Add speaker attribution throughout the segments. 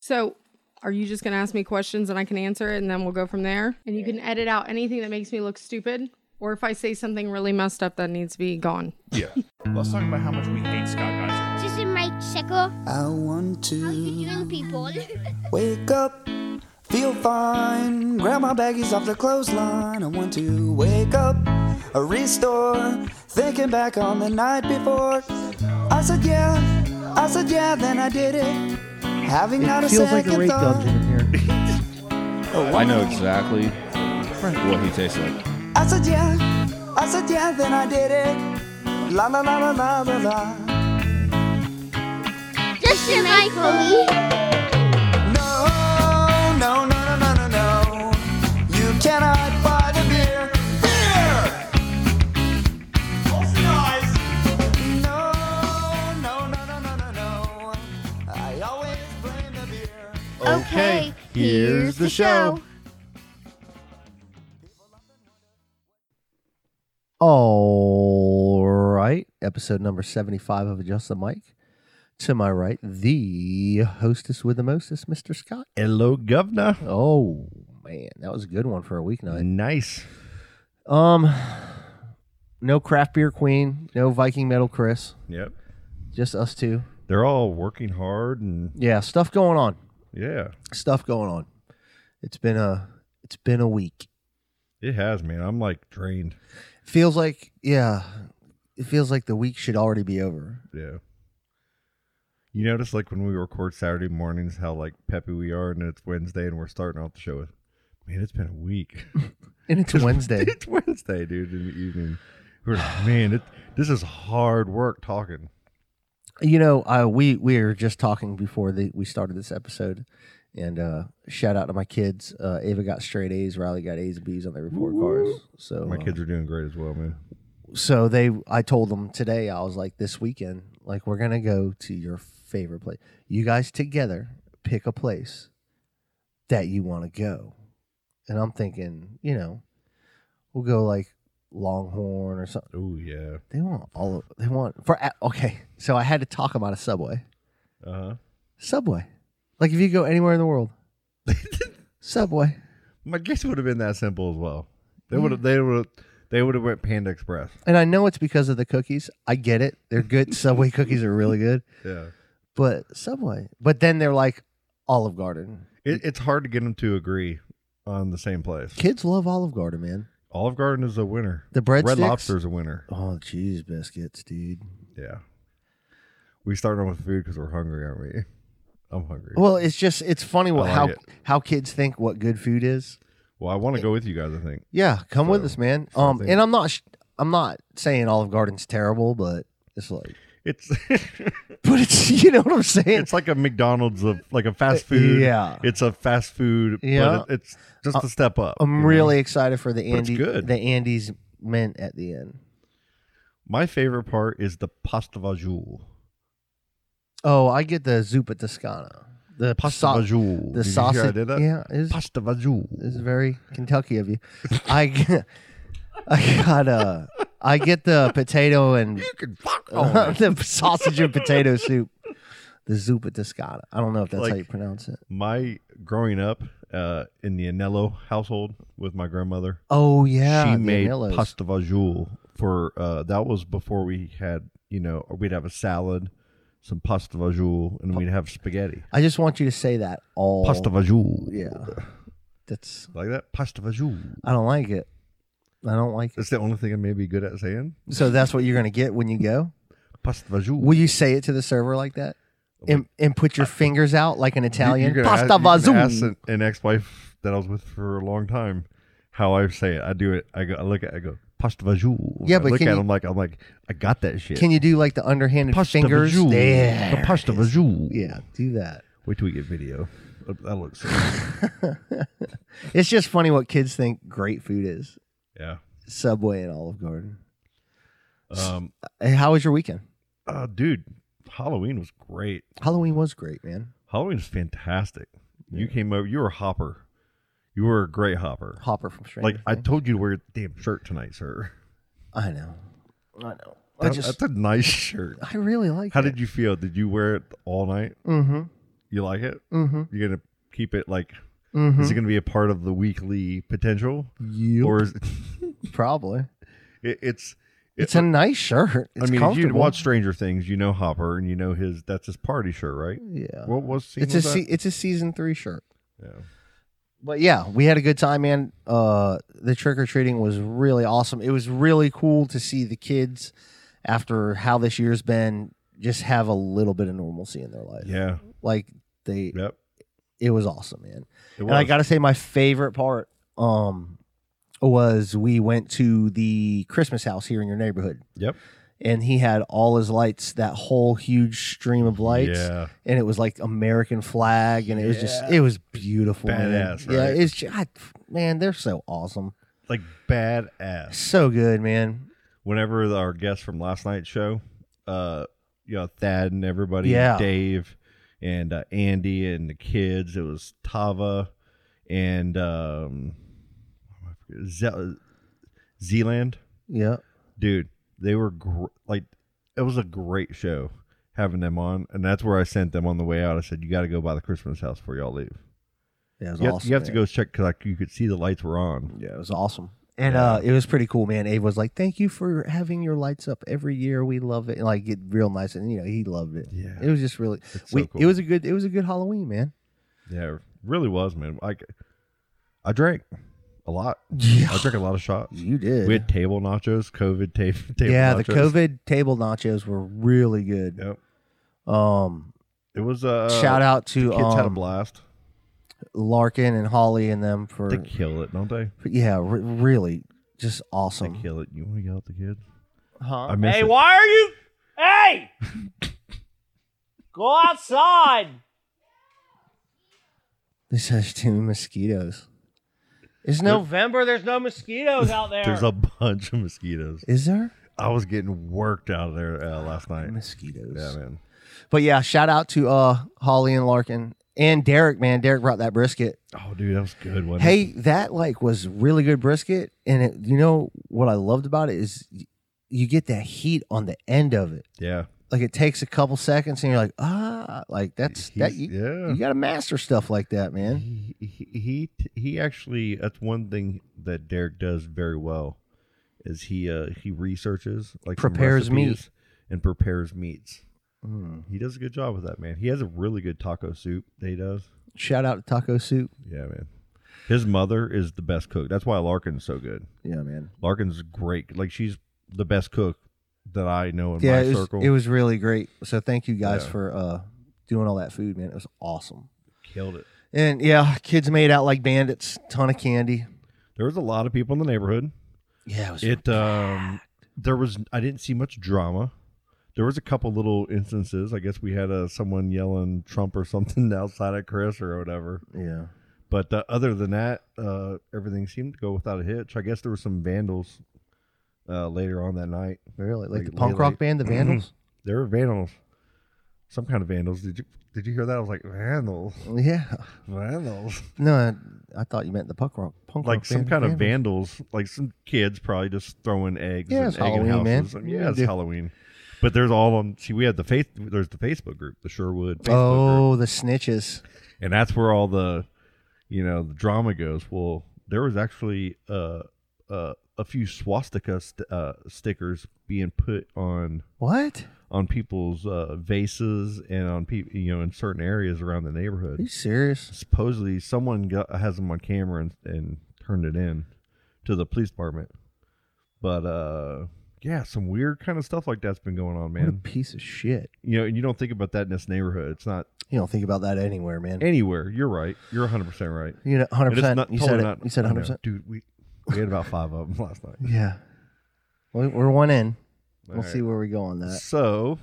Speaker 1: So, are you just going to ask me questions and I can answer it and then we'll go from there? And you can edit out anything that makes me look stupid or if I say something really messed up that needs to be gone.
Speaker 2: Yeah. Let's talk about how much we hate Scott Geiser.
Speaker 3: This is Mike Sickle.
Speaker 4: I want
Speaker 3: How
Speaker 4: to
Speaker 3: you doing, people?
Speaker 4: wake up, feel fine, grab my baggies off the clothesline. I want to wake up, a restore, thinking back on the night before. I said yeah, I said yeah, then I did it. Having not
Speaker 5: It
Speaker 4: a
Speaker 5: feels like
Speaker 4: second
Speaker 5: a rape
Speaker 4: thought.
Speaker 5: dungeon in here.
Speaker 6: I know exactly what he tastes like.
Speaker 4: I said yeah, I said yeah, then I did it. La la la la la la la.
Speaker 3: this is Mike Lee.
Speaker 4: No, no, no, no, no, no, no. You cannot buy the beer. Beer! No, no, no, no, no, no, no. I always blame the beer.
Speaker 3: Okay, here's the show.
Speaker 5: All right, episode number 75 of Adjust the Mic. To my right, the hostess with the mostest, Mr. Scott.
Speaker 7: Hello, Governor.
Speaker 5: Oh, man, that was a good one for a weeknight.
Speaker 7: Nice.
Speaker 5: Um, no craft beer queen, no Viking metal Chris,
Speaker 7: Yep.
Speaker 5: just us two.
Speaker 7: They're all working hard and
Speaker 5: Yeah, stuff going on.
Speaker 7: yeah,
Speaker 5: Stuff going on. It's been a it's been a week.
Speaker 7: it has, man. I'm like drained.
Speaker 5: Feels like yeah, it feels like the week should already be over.
Speaker 7: Yeah. You notice like when we record Saturday mornings how like peppy we are and it's Wednesday and we're starting off the show with, man, it's been a week.
Speaker 5: And it's Wednesday.
Speaker 7: it's Wednesday, dude, in the evening. We're like, man, it, this is hard work talking.
Speaker 5: you know uh, we we were just talking before the, we started this episode and uh, shout out to my kids uh, ava got straight a's riley got a's and b's on their report cards so
Speaker 7: My
Speaker 5: uh,
Speaker 7: kids are doing great as well, man.
Speaker 5: so they i told them today i was like this weekend like we're gonna go to your favorite place you guys together pick a place that you want to go and i'm thinking you know we'll go like longhorn or something
Speaker 7: Oh yeah.
Speaker 5: they want all of they want for okay so i had to talk about a subway
Speaker 7: Uh
Speaker 5: Subway. Like if you go anywhere in the world,
Speaker 7: huh.
Speaker 5: Subway.
Speaker 7: My guess would have been that simple as well. They would have. They would. They would have went Panda Express.
Speaker 5: And I know it's because of the cookies. I get it. They're good. Subway cookies are really good.
Speaker 7: Yeah.
Speaker 5: But Subway. But then they're like Olive Garden.
Speaker 7: It, it's hard to get them to agree on the same place.
Speaker 5: Kids love Olive Garden, man.
Speaker 7: Olive Garden is a winner.
Speaker 5: The breadsticks.
Speaker 7: Red Lobster's a winner.
Speaker 5: Oh, cheese biscuits, dude.
Speaker 7: Yeah. We start on with food because we're hungry, aren't we? I'm hungry. Well,
Speaker 5: Well, it's just it's funny what
Speaker 7: I like
Speaker 5: how
Speaker 7: it.
Speaker 5: how kids think what good food is.
Speaker 7: I want to go with you guys. I think.
Speaker 5: Yeah, come with
Speaker 7: So,
Speaker 5: us, man.
Speaker 7: so I
Speaker 5: um,
Speaker 7: think-
Speaker 5: and I'm not sh- I'm not saying Olive Garden's terrible, but it's like,
Speaker 7: It's
Speaker 5: but it's you know what I'm saying.
Speaker 7: it's like a McDonald's of like a fast food.
Speaker 5: Uh, Yeah.
Speaker 7: It's a fast food.
Speaker 5: Yeah. Uh,
Speaker 7: But it, it's just a step up. you
Speaker 5: I'm
Speaker 7: know?
Speaker 5: really excited for the
Speaker 7: But it's
Speaker 5: Andy
Speaker 7: good.
Speaker 5: the Andes mint at the end.
Speaker 7: My favorite part is the pasta vajoule.
Speaker 5: Oh, I get the zuppa toscana. The
Speaker 7: Pasta
Speaker 5: sau-
Speaker 7: vajoule.
Speaker 5: The
Speaker 7: Did you hear I
Speaker 5: sausage.
Speaker 7: did that?
Speaker 5: Yeah, it's,
Speaker 7: Pasta vajoule.
Speaker 5: it's very Kentucky of you. I get, I got uh I get the potato and
Speaker 7: can fuck
Speaker 5: the sausage and potato soup. The zuppa toscana. I don't know if that's how
Speaker 7: Like-
Speaker 5: you pronounce it.
Speaker 7: my growing up uh, in the Anello household with my grandmother,
Speaker 5: Oh yeah,
Speaker 7: she
Speaker 5: the
Speaker 7: made
Speaker 5: Anellos.
Speaker 7: pasta vajoule for uh, that was before we had you know we'd have a salad, some pasta vajoule, and we'd have spaghetti.
Speaker 5: I just want you to say that all.
Speaker 7: Pasta vajoule,
Speaker 5: Yeah, that's.
Speaker 7: like that. Pasta vajoule.
Speaker 5: I don't like it. I don't like it.
Speaker 7: That's the only thing I may be good at saying.
Speaker 5: So that's what you're gonna get when you go.
Speaker 7: Pasta vajoule.
Speaker 5: Will you say it to the server like that? And, and put your fingers out like an Italian.
Speaker 7: You're gonna
Speaker 5: Pasta
Speaker 7: ask- you're gonna ask
Speaker 5: vazoom.
Speaker 7: an, an ex-wife that I was with for a long time how I say it. I do it. I go. I look at. I go. Pasta vajoule.
Speaker 5: Yeah,
Speaker 7: I
Speaker 5: but
Speaker 7: look
Speaker 5: can
Speaker 7: at.
Speaker 5: you-
Speaker 7: him like. I'm like. I got that shit.
Speaker 5: Can you do like the underhanded
Speaker 7: pasta
Speaker 5: fingers?
Speaker 7: vajoule.
Speaker 5: There.
Speaker 7: The pasta vajoule.
Speaker 5: Yeah, do that.
Speaker 7: Wait till we get video. Uh, That looks.
Speaker 5: It's just funny what kids think great food is.
Speaker 7: yeah.
Speaker 5: Subway and Olive Garden.
Speaker 7: Um.
Speaker 5: Hey, how was your weekend?
Speaker 7: Uh, dude, Halloween was great.
Speaker 5: Halloween was great, man.
Speaker 7: Halloween was fantastic. You came over. You were a hopper. You were a great hopper.
Speaker 5: Hopper from Stranger.
Speaker 7: Like I
Speaker 5: Things.
Speaker 7: told you to wear a damn shirt tonight, sir.
Speaker 5: I know. I know. I
Speaker 7: That-
Speaker 5: just
Speaker 7: that's a nice shirt.
Speaker 5: I really like
Speaker 7: How
Speaker 5: it.
Speaker 7: did you feel? Did you wear it all night?
Speaker 5: you mm-hmm.
Speaker 7: You like it?
Speaker 5: Mm-hmm.
Speaker 7: You're gonna keep it like? Is
Speaker 5: Mm-hmm.
Speaker 7: it gonna be a part of the weekly potential,
Speaker 5: You
Speaker 7: or is
Speaker 5: probably.
Speaker 7: it, it's?
Speaker 5: It's a nice shirt. It's
Speaker 7: I mean, if
Speaker 5: comfortable.
Speaker 7: you'd watch Stranger Things, you know Hopper, and you know his. That's his party shirt, right?
Speaker 5: Yeah.
Speaker 7: What was scene
Speaker 5: It's a
Speaker 7: was
Speaker 5: se-
Speaker 7: that?
Speaker 5: it's a season three shirt.
Speaker 7: Yeah.
Speaker 5: But yeah, we had a good time, man. Uh, the trick or treating was really awesome. It was really cool to see the kids after how this year's been just have a little bit of normalcy in their life.
Speaker 7: Yeah.
Speaker 5: Like they,
Speaker 7: Yep.
Speaker 5: it was awesome, man.
Speaker 7: It
Speaker 5: And I
Speaker 7: was.
Speaker 5: gotta say, my favorite part um was we went to the Christmas house here in your neighborhood,
Speaker 7: Yep.
Speaker 5: and he had all his lights, that whole huge stream of lights
Speaker 7: Yeah.
Speaker 5: and it was like American flag, and it was just
Speaker 7: Yeah.
Speaker 5: it was beautiful, man.
Speaker 7: Badass,
Speaker 5: Yeah,
Speaker 7: right?
Speaker 5: it's just, I, man, they're so awesome,
Speaker 7: Like badass.
Speaker 5: so good, man.
Speaker 7: whenever our guests from last night's show, uh, you know, Thad and everybody,
Speaker 5: Yeah.
Speaker 7: Dave and uh, Andy and the kids, it was Tava and um, I forget, Ze- uh, Zealand,
Speaker 5: Yeah,
Speaker 7: dude, they were gr- like, it was a great show having them on, and that's where I sent them on the way out. I said, "You got to go by the Christmas house before y'all leave.
Speaker 5: yeah, it was
Speaker 7: You have,
Speaker 5: awesome.
Speaker 7: you have to
Speaker 5: man.
Speaker 7: go check because like you could see the lights were on."
Speaker 5: Yeah, it was awesome, and uh, it was pretty cool, man. Abe was like, "Thank you for having your lights up every year. We love it." And, like, it real nice, and you know, he loved it.
Speaker 7: Yeah.
Speaker 5: It was just really,
Speaker 7: It's so
Speaker 5: we,
Speaker 7: cool.
Speaker 5: it was a good, it was a good Halloween, man.
Speaker 7: Yeah, it really was, man. Like, I drank a lot.
Speaker 5: Yeah.
Speaker 7: I drank a lot of shots.
Speaker 5: You did,
Speaker 7: We had table nachos, COVID ta- table.
Speaker 5: yeah.
Speaker 7: nachos.
Speaker 5: The COVID table nachos were really good.
Speaker 7: Yep.
Speaker 5: Um,
Speaker 7: It was uh,
Speaker 5: shout out to
Speaker 7: The kids had a
Speaker 5: um,
Speaker 7: blast.
Speaker 5: Larkin and Holly and them for
Speaker 7: They kill it, don't they?
Speaker 5: But yeah, re- really, just
Speaker 7: They
Speaker 5: awesome.
Speaker 7: kill it. You want to yell at the kids?
Speaker 5: Huh?
Speaker 7: I miss it.
Speaker 8: why are you? Hey! Go outside!
Speaker 5: This has two mosquitoes. Is no?
Speaker 8: November, there's no mosquitoes out there.
Speaker 7: There's a bunch of mosquitoes.
Speaker 5: Is there
Speaker 7: I was getting worked out of there uh, last night.
Speaker 5: mosquitoes?
Speaker 7: Yeah, man.
Speaker 5: But yeah, shout out to uh Holly and Larkin and Derek. Man, Derek brought that brisket.
Speaker 7: Oh, dude, that was good. Wasn't it?
Speaker 5: Hey, that like was really good brisket, and it, you know what I loved about it is y- you get that heat on the end of it.
Speaker 7: yeah,
Speaker 5: Like it takes a couple seconds, and you're like, ah, like that's that.
Speaker 7: He's-
Speaker 5: You,
Speaker 7: yeah.
Speaker 5: you got to master stuff like that, man.
Speaker 7: He, he he t- he actually that's one thing that Derek does very well is he uh he researches like some
Speaker 5: Prepares meat.
Speaker 7: recipes and prepares meats.
Speaker 5: Mm.
Speaker 7: He does a good job with that man. He has a really good taco soup that he does.
Speaker 5: Shout out to Taco Soup.
Speaker 7: Yeah, man. His mother is the best cook. That's why Larkin's so good.
Speaker 5: Yeah, man.
Speaker 7: Larkin's great. Like she's the best cook that I know in
Speaker 5: yeah,
Speaker 7: my
Speaker 5: it was,
Speaker 7: circle.
Speaker 5: it was really great. So thank you guys
Speaker 7: Yeah.
Speaker 5: for uh, doing all that food, man. It was awesome.
Speaker 7: killed it.
Speaker 5: And yeah, kids made out like bandits. Ton of candy.
Speaker 7: There was a lot of people in the neighborhood.
Speaker 5: Yeah, it was.
Speaker 7: It um there was I didn't see much drama. There was a couple little instances. I guess we had uh, someone yelling Trump or something outside of Chris or whatever.
Speaker 5: yeah,
Speaker 7: But uh, other than that, uh, everything seemed to go without a hitch. I guess there were some vandals uh, later on that night.
Speaker 5: really. Like,
Speaker 7: Like, Mhm.
Speaker 5: the punk
Speaker 7: really-
Speaker 5: rock band, the Vandals.
Speaker 7: There were vandals, some kind of vandals. Did you did you hear that? I was like vandals,
Speaker 5: yeah.
Speaker 7: vandals,
Speaker 5: No, I, I thought you meant the punk rock. Punk
Speaker 7: like
Speaker 5: rock
Speaker 7: some
Speaker 5: band,
Speaker 7: kind of
Speaker 5: Vandals.
Speaker 7: vandals, like some kids probably just throwing eggs.
Speaker 5: Yeah,
Speaker 7: and
Speaker 5: it's
Speaker 7: egg in
Speaker 5: Halloween, man.
Speaker 7: houses. And yeah, it's
Speaker 5: Yeah.
Speaker 7: Halloween. But there's all on. See, we had the faith. There's the Facebook group, the Sherwood. Facebook group,
Speaker 5: Oh, the snitches.
Speaker 7: and that's where all the, you know, the drama goes. Well, there was actually uh, uh, a few swastika st- uh, stickers being put on
Speaker 5: What?
Speaker 7: on people's uh, vases and on people, you know, in certain areas around the neighborhood.
Speaker 5: Are you serious?
Speaker 7: supposedly someone got, has them on camera and, and turned it in to the police department. But uh, yeah, some weird kind of stuff like that's been going on,
Speaker 5: What a
Speaker 7: man.
Speaker 5: piece of shit.
Speaker 7: You know, and you don't think about that in this neighborhood. It's not
Speaker 5: You don't think about that anywhere, man.
Speaker 7: anywhere. You're right. You're 100 percent right.
Speaker 5: you know, hundred
Speaker 7: And it's
Speaker 5: percent.
Speaker 7: not
Speaker 5: You
Speaker 7: totally
Speaker 5: said it.
Speaker 7: not-
Speaker 5: You said
Speaker 7: I know.
Speaker 5: hundred percent.
Speaker 7: dude. We we had about five of them last night.
Speaker 5: Yeah. We- We're one in.
Speaker 7: All
Speaker 5: we'll see where we go on that.
Speaker 7: So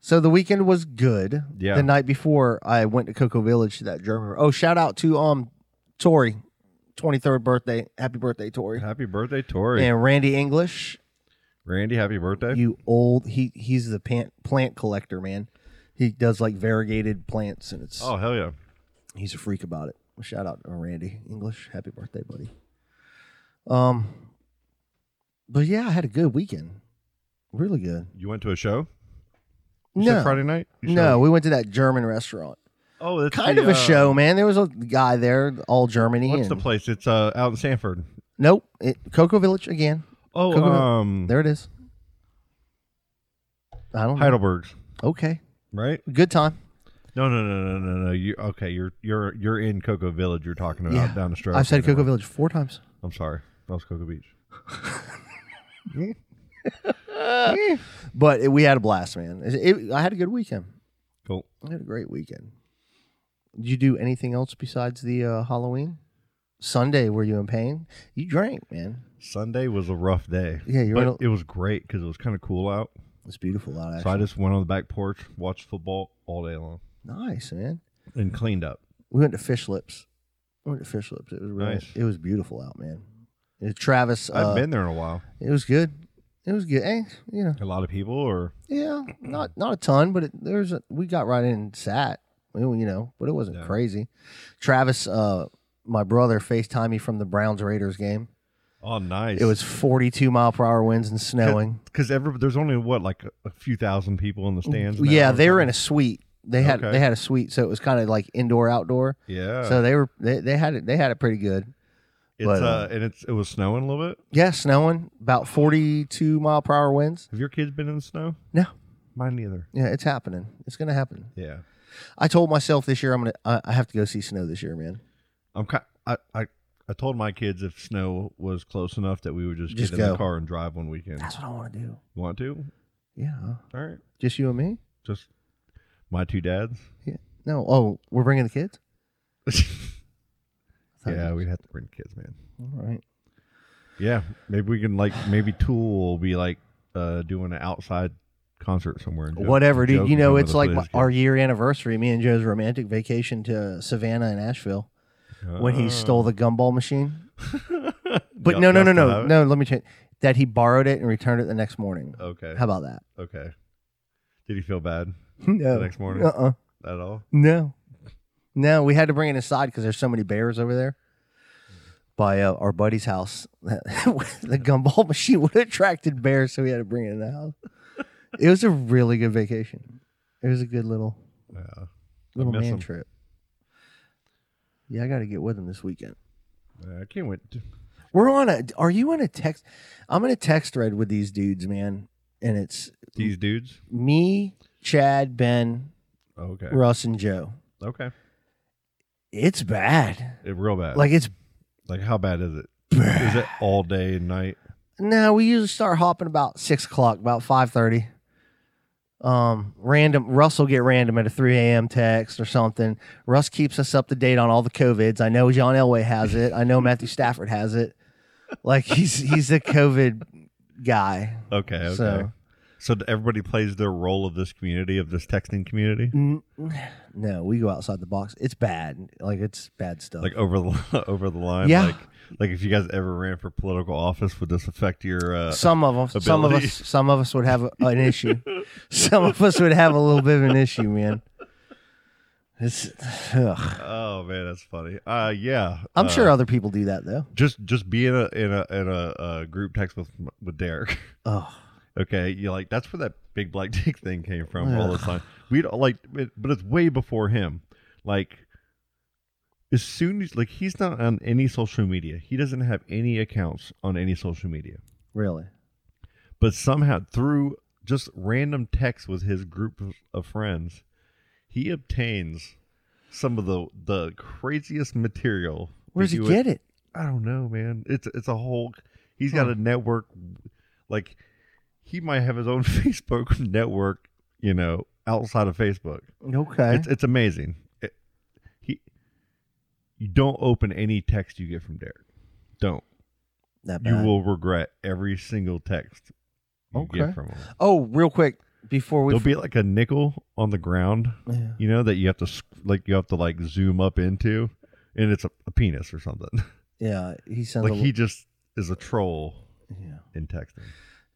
Speaker 5: So the weekend was good.
Speaker 7: Yeah.
Speaker 5: The night before, I went to Cocoa Village to that German. Oh, shout out to um, Tori, twenty third birthday. Happy birthday, Tori.
Speaker 7: happy birthday, Tori.
Speaker 5: And Randy English,
Speaker 7: Randy, happy birthday.
Speaker 5: you old he he's the plant plant collector man. He does like variegated plants, and it's
Speaker 7: oh hell yeah.
Speaker 5: he's a freak about it. Shout out to Randy English. Happy birthday, buddy. Um, but yeah, I had a good weekend. Really good.
Speaker 7: You went to a show? You said
Speaker 5: no,
Speaker 7: Friday night. You
Speaker 5: no,
Speaker 7: showed-
Speaker 5: we went to that German restaurant.
Speaker 7: Oh, that's
Speaker 5: Kind
Speaker 7: the,
Speaker 5: of a
Speaker 7: uh,
Speaker 5: show, man. There was a guy there, all Germany.
Speaker 7: What's the
Speaker 5: and-
Speaker 7: place? It's uh, out in Sanford.
Speaker 5: Nope, it, Cocoa Village again.
Speaker 7: Oh,
Speaker 5: Cocoa Village.
Speaker 7: um,
Speaker 5: There it is. I don't know.
Speaker 7: Heidelberg's,
Speaker 5: Okay,
Speaker 7: right?
Speaker 5: good time.
Speaker 7: No, no, no, no, no, no. You okay? You're you're you're in Cocoa Village. You're talking about
Speaker 5: Yeah.
Speaker 7: down the street.
Speaker 5: I've said Cocoa Village four times.
Speaker 7: I'm sorry. That was Cocoa Beach.
Speaker 5: But it, we had a blast, man. It- it- I had a good weekend.
Speaker 7: Cool.
Speaker 5: I had a great weekend. Did you do anything else besides the uh, Halloween? Sunday, were you in pain? You drank, man.
Speaker 7: Sunday was a rough day.
Speaker 5: Yeah, you were
Speaker 7: but
Speaker 5: in a-
Speaker 7: it was great because it was kind of cool out.
Speaker 5: It's beautiful out,
Speaker 7: So I
Speaker 5: actually.
Speaker 7: just went on the back porch, watched football all day long,
Speaker 5: nice, man.
Speaker 7: and cleaned up.
Speaker 5: We went to Fish Lips. We went to Fish Lips. It was really,
Speaker 7: Nice.
Speaker 5: it was beautiful out, man. It- Travis,
Speaker 7: I
Speaker 5: uh,
Speaker 7: have been there in a while.
Speaker 5: it was good. It was good. Eh, you know,
Speaker 7: A lot of people, or
Speaker 5: yeah, not not a ton, but it, there's a, we got right in and sat. Well, You know, but it wasn't
Speaker 7: Yeah.
Speaker 5: crazy. Travis, uh, my brother, FaceTimed me from the Browns Raiders game.
Speaker 7: oh, nice.
Speaker 5: It was 42 mile per hour winds and snowing.
Speaker 7: because every there's only what like a, a few thousand people in the stands. now
Speaker 5: yeah,
Speaker 7: or
Speaker 5: they were in a
Speaker 7: something?
Speaker 5: suite. They had
Speaker 7: Okay. Uh.
Speaker 5: they had a suite, so it was kind of like indoor outdoor.
Speaker 7: yeah.
Speaker 5: So they were they, they had it they had it pretty good.
Speaker 7: it's
Speaker 5: but,
Speaker 7: uh, and it's it was snowing a little bit.
Speaker 5: Yeah, snowing about 42 mile per hour winds.
Speaker 7: Have your kids been in the snow?
Speaker 5: No,
Speaker 7: Mine neither.
Speaker 5: yeah, it's happening. It's gonna happen.
Speaker 7: Yeah,
Speaker 5: I told myself this year I'm gonna I, I have to go see snow this year, man.
Speaker 7: I'm kind. I I I told my kids if snow was close enough that we would just,
Speaker 5: Just
Speaker 7: get in
Speaker 5: go.
Speaker 7: the car and drive one weekend.
Speaker 5: That's what I want to do.
Speaker 7: You want to?
Speaker 5: Yeah,
Speaker 7: All right,
Speaker 5: just you and me.
Speaker 7: just my two dads.
Speaker 5: Yeah. No. Oh, we're bringing the kids.
Speaker 7: yeah, we'd have to bring kids, man.
Speaker 5: All right.
Speaker 7: Yeah, maybe we can like maybe Tool will be like uh doing an outside concert somewhere. in Joe-
Speaker 5: Whatever, dude.
Speaker 7: Joe
Speaker 5: You
Speaker 7: can
Speaker 5: know,
Speaker 7: come with
Speaker 5: it's
Speaker 7: us
Speaker 5: like
Speaker 7: for
Speaker 5: my,
Speaker 7: this
Speaker 5: our year anniversary. Me and Joe's romantic vacation to Savannah and Asheville.
Speaker 7: kid.
Speaker 5: when he stole the gumball machine. But
Speaker 7: Uh, Y'all-
Speaker 5: no, no,
Speaker 7: y'all
Speaker 5: no,
Speaker 7: still
Speaker 5: no,
Speaker 7: have it?
Speaker 5: no. Let me change that. He borrowed it and returned it the next morning.
Speaker 7: Okay.
Speaker 5: How about that?
Speaker 7: okay. Did he feel bad
Speaker 5: No.
Speaker 7: the next morning
Speaker 5: Uh uh
Speaker 7: at all?
Speaker 5: No. No, we had to bring it inside because there's so many bears over there. By uh, our buddy's house, the gumball machine would have attracted bears, so we had to bring it in the house. It was a really good vacation. It was a good little Uh-uh.
Speaker 7: Yeah.
Speaker 5: little
Speaker 7: miss
Speaker 5: man
Speaker 7: 'em.
Speaker 5: trip. Yeah, I got to get with him this weekend.
Speaker 7: Yeah, I can't wait. to-
Speaker 5: We're on a. Are you on a text? I'm in a text thread with these dudes, man, and it's
Speaker 7: These dudes.
Speaker 5: me, Chad, Ben,
Speaker 7: Oh, okay.
Speaker 5: Russ, and Joe.
Speaker 7: Okay.
Speaker 5: It's bad.
Speaker 7: It, Eh, real bad.
Speaker 5: Like it's
Speaker 7: like how bad is it? Is it all day and night?
Speaker 5: no. We usually start hopping about six o'clock, about five thirty. Um, random. Russ will get random at a three a.m. text or something. Russ keeps us up to date on all the covids. I know John Elway has it. I know Matthew Stafford has it. Like he's he's a COVID guy.
Speaker 7: Okay. Okay. So,
Speaker 5: So-
Speaker 7: d- everybody plays their role of this community of this texting community.
Speaker 5: N- No, we go outside the box. It's bad. Like it's bad stuff.
Speaker 7: Like over the over the line,
Speaker 5: Yeah.
Speaker 7: like like if you guys ever ran for political office, would this affect your uh,
Speaker 5: some of them, some of
Speaker 7: ability.
Speaker 5: us, some of us would have a- an issue. some of us would have a little bit of an issue, man. It's, ugh.
Speaker 7: Oh man, that's funny. Uh, yeah,
Speaker 5: I'm
Speaker 7: uh,
Speaker 5: sure other people do that though.
Speaker 7: Just just be in a in a in a, uh group text with with Derek.
Speaker 5: Oh,
Speaker 7: Okay, you like that's where that big black dick thing came from all the time. We'd all, like, it, but it's way before him. Like, as soon as like he's not on any social media, he doesn't have any accounts on any social media.
Speaker 5: really?
Speaker 7: But somehow through just random texts with his group of- of friends, he obtains some of the the craziest material.
Speaker 5: Where
Speaker 7: that
Speaker 5: does he
Speaker 7: you would-
Speaker 5: get it?
Speaker 7: I don't know, man. It's it's a whole. He's got a network, like he might have his own Facebook network. You know, outside of Facebook,
Speaker 5: Okay.
Speaker 7: it's it's amazing. It- he, you don't open any text you get from Derek. Don't.
Speaker 5: that
Speaker 7: You
Speaker 5: bad.
Speaker 7: will regret every single text you
Speaker 5: Okay.
Speaker 7: get from him.
Speaker 5: Oh, real quick before we
Speaker 7: There'll be like a nickel on the ground,
Speaker 5: Yeah.
Speaker 7: you know, that you have to sc- like you have to like zoom up into, and it's a, a penis or something.
Speaker 5: yeah, he sounds
Speaker 7: like
Speaker 5: a,
Speaker 7: he just is a troll
Speaker 5: yeah.
Speaker 7: in texting.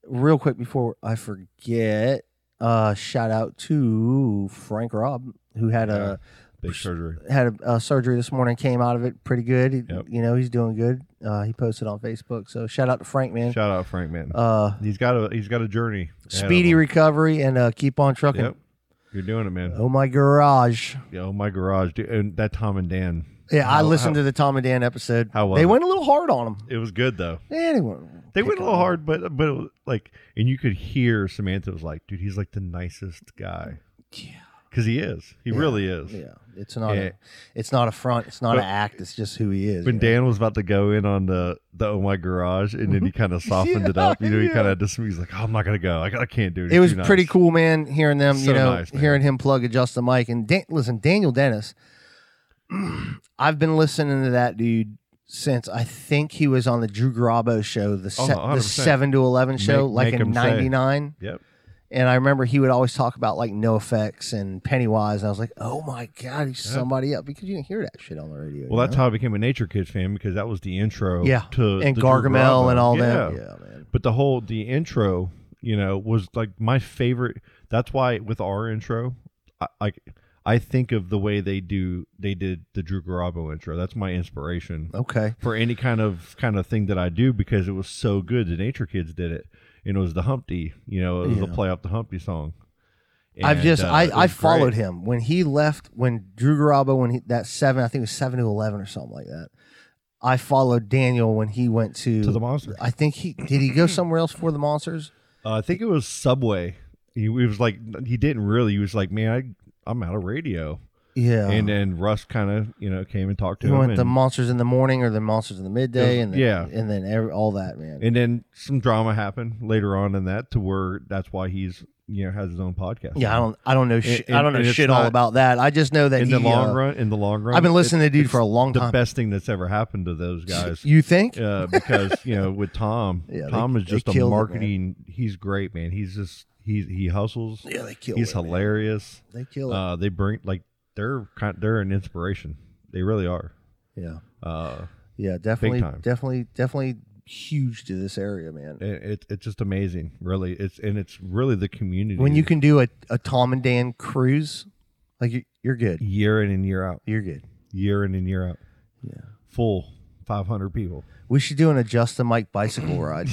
Speaker 5: real quick before I forget, uh, shout out to Frank Robb who had a
Speaker 7: Big surgery.
Speaker 5: had a, a surgery this morning. Came out of it pretty good. He-
Speaker 7: Yep.
Speaker 5: You know he's doing good. Uh, he posted on Facebook. So shout out to Frank, man.
Speaker 7: Shout out Frank man.
Speaker 5: Uh,
Speaker 7: he's got a he's got a journey. ahead of
Speaker 5: speedy
Speaker 7: him.
Speaker 5: recovery and uh, keep on trucking.
Speaker 7: Yep. You're doing it, man.
Speaker 5: Oh my garage!
Speaker 7: Yeah, Oh, my garage, dude, and that Tom and Dan.
Speaker 5: Yeah, I
Speaker 7: How-
Speaker 5: listened
Speaker 7: how-
Speaker 5: to the Tom and Dan episode.
Speaker 7: How was
Speaker 5: they
Speaker 7: it?
Speaker 5: went a little hard on him.
Speaker 7: It was good though.
Speaker 5: Yeah, they went.
Speaker 7: They went a little hard, but but it was like, and you could hear Samantha was like, "Dude, he's like the nicest guy."
Speaker 5: Yeah.
Speaker 7: because he is. He really is.
Speaker 5: Yeah, it's not.
Speaker 7: Yeah.
Speaker 5: A, it's not a front. It's not an
Speaker 7: But-
Speaker 5: act. It's just who he is.
Speaker 7: When
Speaker 5: you know?
Speaker 7: Dan was about to go in on the the oh my garage, and then he kind of softened it up. You know, he
Speaker 5: Yeah.
Speaker 7: kind of just he's like, oh, "I'm not gonna go. I, I can't do it."
Speaker 5: it was
Speaker 7: Too nice."
Speaker 5: pretty cool, man. Hearing them,
Speaker 7: So
Speaker 5: you know,
Speaker 7: nice, man.
Speaker 5: hearing him plug adjust the mic and Dan- listen, Daniel Dennis. I've been listening to that dude since I think he was on the Drew Garabo show, the,
Speaker 7: Oh,
Speaker 5: se- the
Speaker 7: 100%.
Speaker 5: seven to eleven show,
Speaker 7: Make-
Speaker 5: like
Speaker 7: make
Speaker 5: in
Speaker 7: him say.
Speaker 5: '99.
Speaker 7: Yep.
Speaker 5: And I remember he would always talk about like no effects and Pennywise. And I was like, oh my God, he's somebody up because you didn't hear that shit on the radio.
Speaker 7: Well,
Speaker 5: you
Speaker 7: that's
Speaker 5: know?
Speaker 7: how I became a Nature Kid fan because that was the intro.
Speaker 5: Yeah.
Speaker 7: To
Speaker 5: and
Speaker 7: the Drew
Speaker 5: Gargamel and
Speaker 7: Garbo.
Speaker 5: all
Speaker 7: yeah.
Speaker 5: that. Yeah, man.
Speaker 7: But the whole the intro, you know, was like my favorite. That's why with our intro, I like I think of the way they do they did the Drew Garabo intro. That's my inspiration
Speaker 5: Okay.
Speaker 7: for any kind of kind of thing that I do because it was so good. The Nature Kids did it, and it was the Humpty. You know, it was a
Speaker 5: Yeah.
Speaker 7: play off the Humpty song.
Speaker 5: I've
Speaker 7: And,
Speaker 5: just
Speaker 7: uh, it
Speaker 5: I, I
Speaker 7: was
Speaker 5: followed
Speaker 7: great.
Speaker 5: him when he left when Drew Garabo when he that seven I think it was seven to eleven or something like that. I followed Daniel when he went to,
Speaker 7: to the monster.
Speaker 5: I think he did he go somewhere else for the monsters.
Speaker 7: Uh, I think it was Subway. He, he was like he didn't really. He was like, man, I I'm out of radio.
Speaker 5: Yeah,
Speaker 7: and then Russ kind of you know came and talked
Speaker 5: Uh.
Speaker 7: to
Speaker 5: he
Speaker 7: him.
Speaker 5: went
Speaker 7: and,
Speaker 5: the monsters in the morning or the monsters in the midday
Speaker 7: Yeah.
Speaker 5: and then,
Speaker 7: Yeah.
Speaker 5: and then every, all that man.
Speaker 7: and then some drama happened later on in that to where that's why he's you know has his own podcast.
Speaker 5: yeah, I don't I don't know shit
Speaker 7: and-
Speaker 5: I don't know
Speaker 7: and it's
Speaker 5: shit all
Speaker 7: not-
Speaker 5: about that. I just know that
Speaker 7: in
Speaker 5: he,
Speaker 7: the long
Speaker 5: uh,
Speaker 7: run, in the long run,
Speaker 5: I've been listening to
Speaker 7: it-
Speaker 5: the dude
Speaker 7: it's
Speaker 5: for a long
Speaker 7: The
Speaker 5: time.
Speaker 7: best thing that's ever happened to those guys.
Speaker 5: You think?
Speaker 7: uh, because you know with Tom,
Speaker 5: Yeah, they-
Speaker 7: Tom is
Speaker 5: they
Speaker 7: just a
Speaker 5: killed it, man.
Speaker 7: marketing. he's great, man. He's just he he hustles.
Speaker 5: Yeah, they kill
Speaker 7: he's
Speaker 5: it, man.
Speaker 7: hilarious.
Speaker 5: They kill it.
Speaker 7: Uh, they bring like they're kind they're an inspiration. They really are.
Speaker 5: yeah.
Speaker 7: Uh,
Speaker 5: Yeah, definitely
Speaker 7: time.
Speaker 5: definitely definitely huge to this area, man.
Speaker 7: it, it, it's just amazing, really. It's and it's really the community
Speaker 5: when you can do a, a Tom and Dan cruise, like you, you're good.
Speaker 7: year in and year out,
Speaker 5: You're good.
Speaker 7: year in and year out.
Speaker 5: Yeah.
Speaker 7: full five hundred people.
Speaker 5: We should do an adjust the mic bicycle ride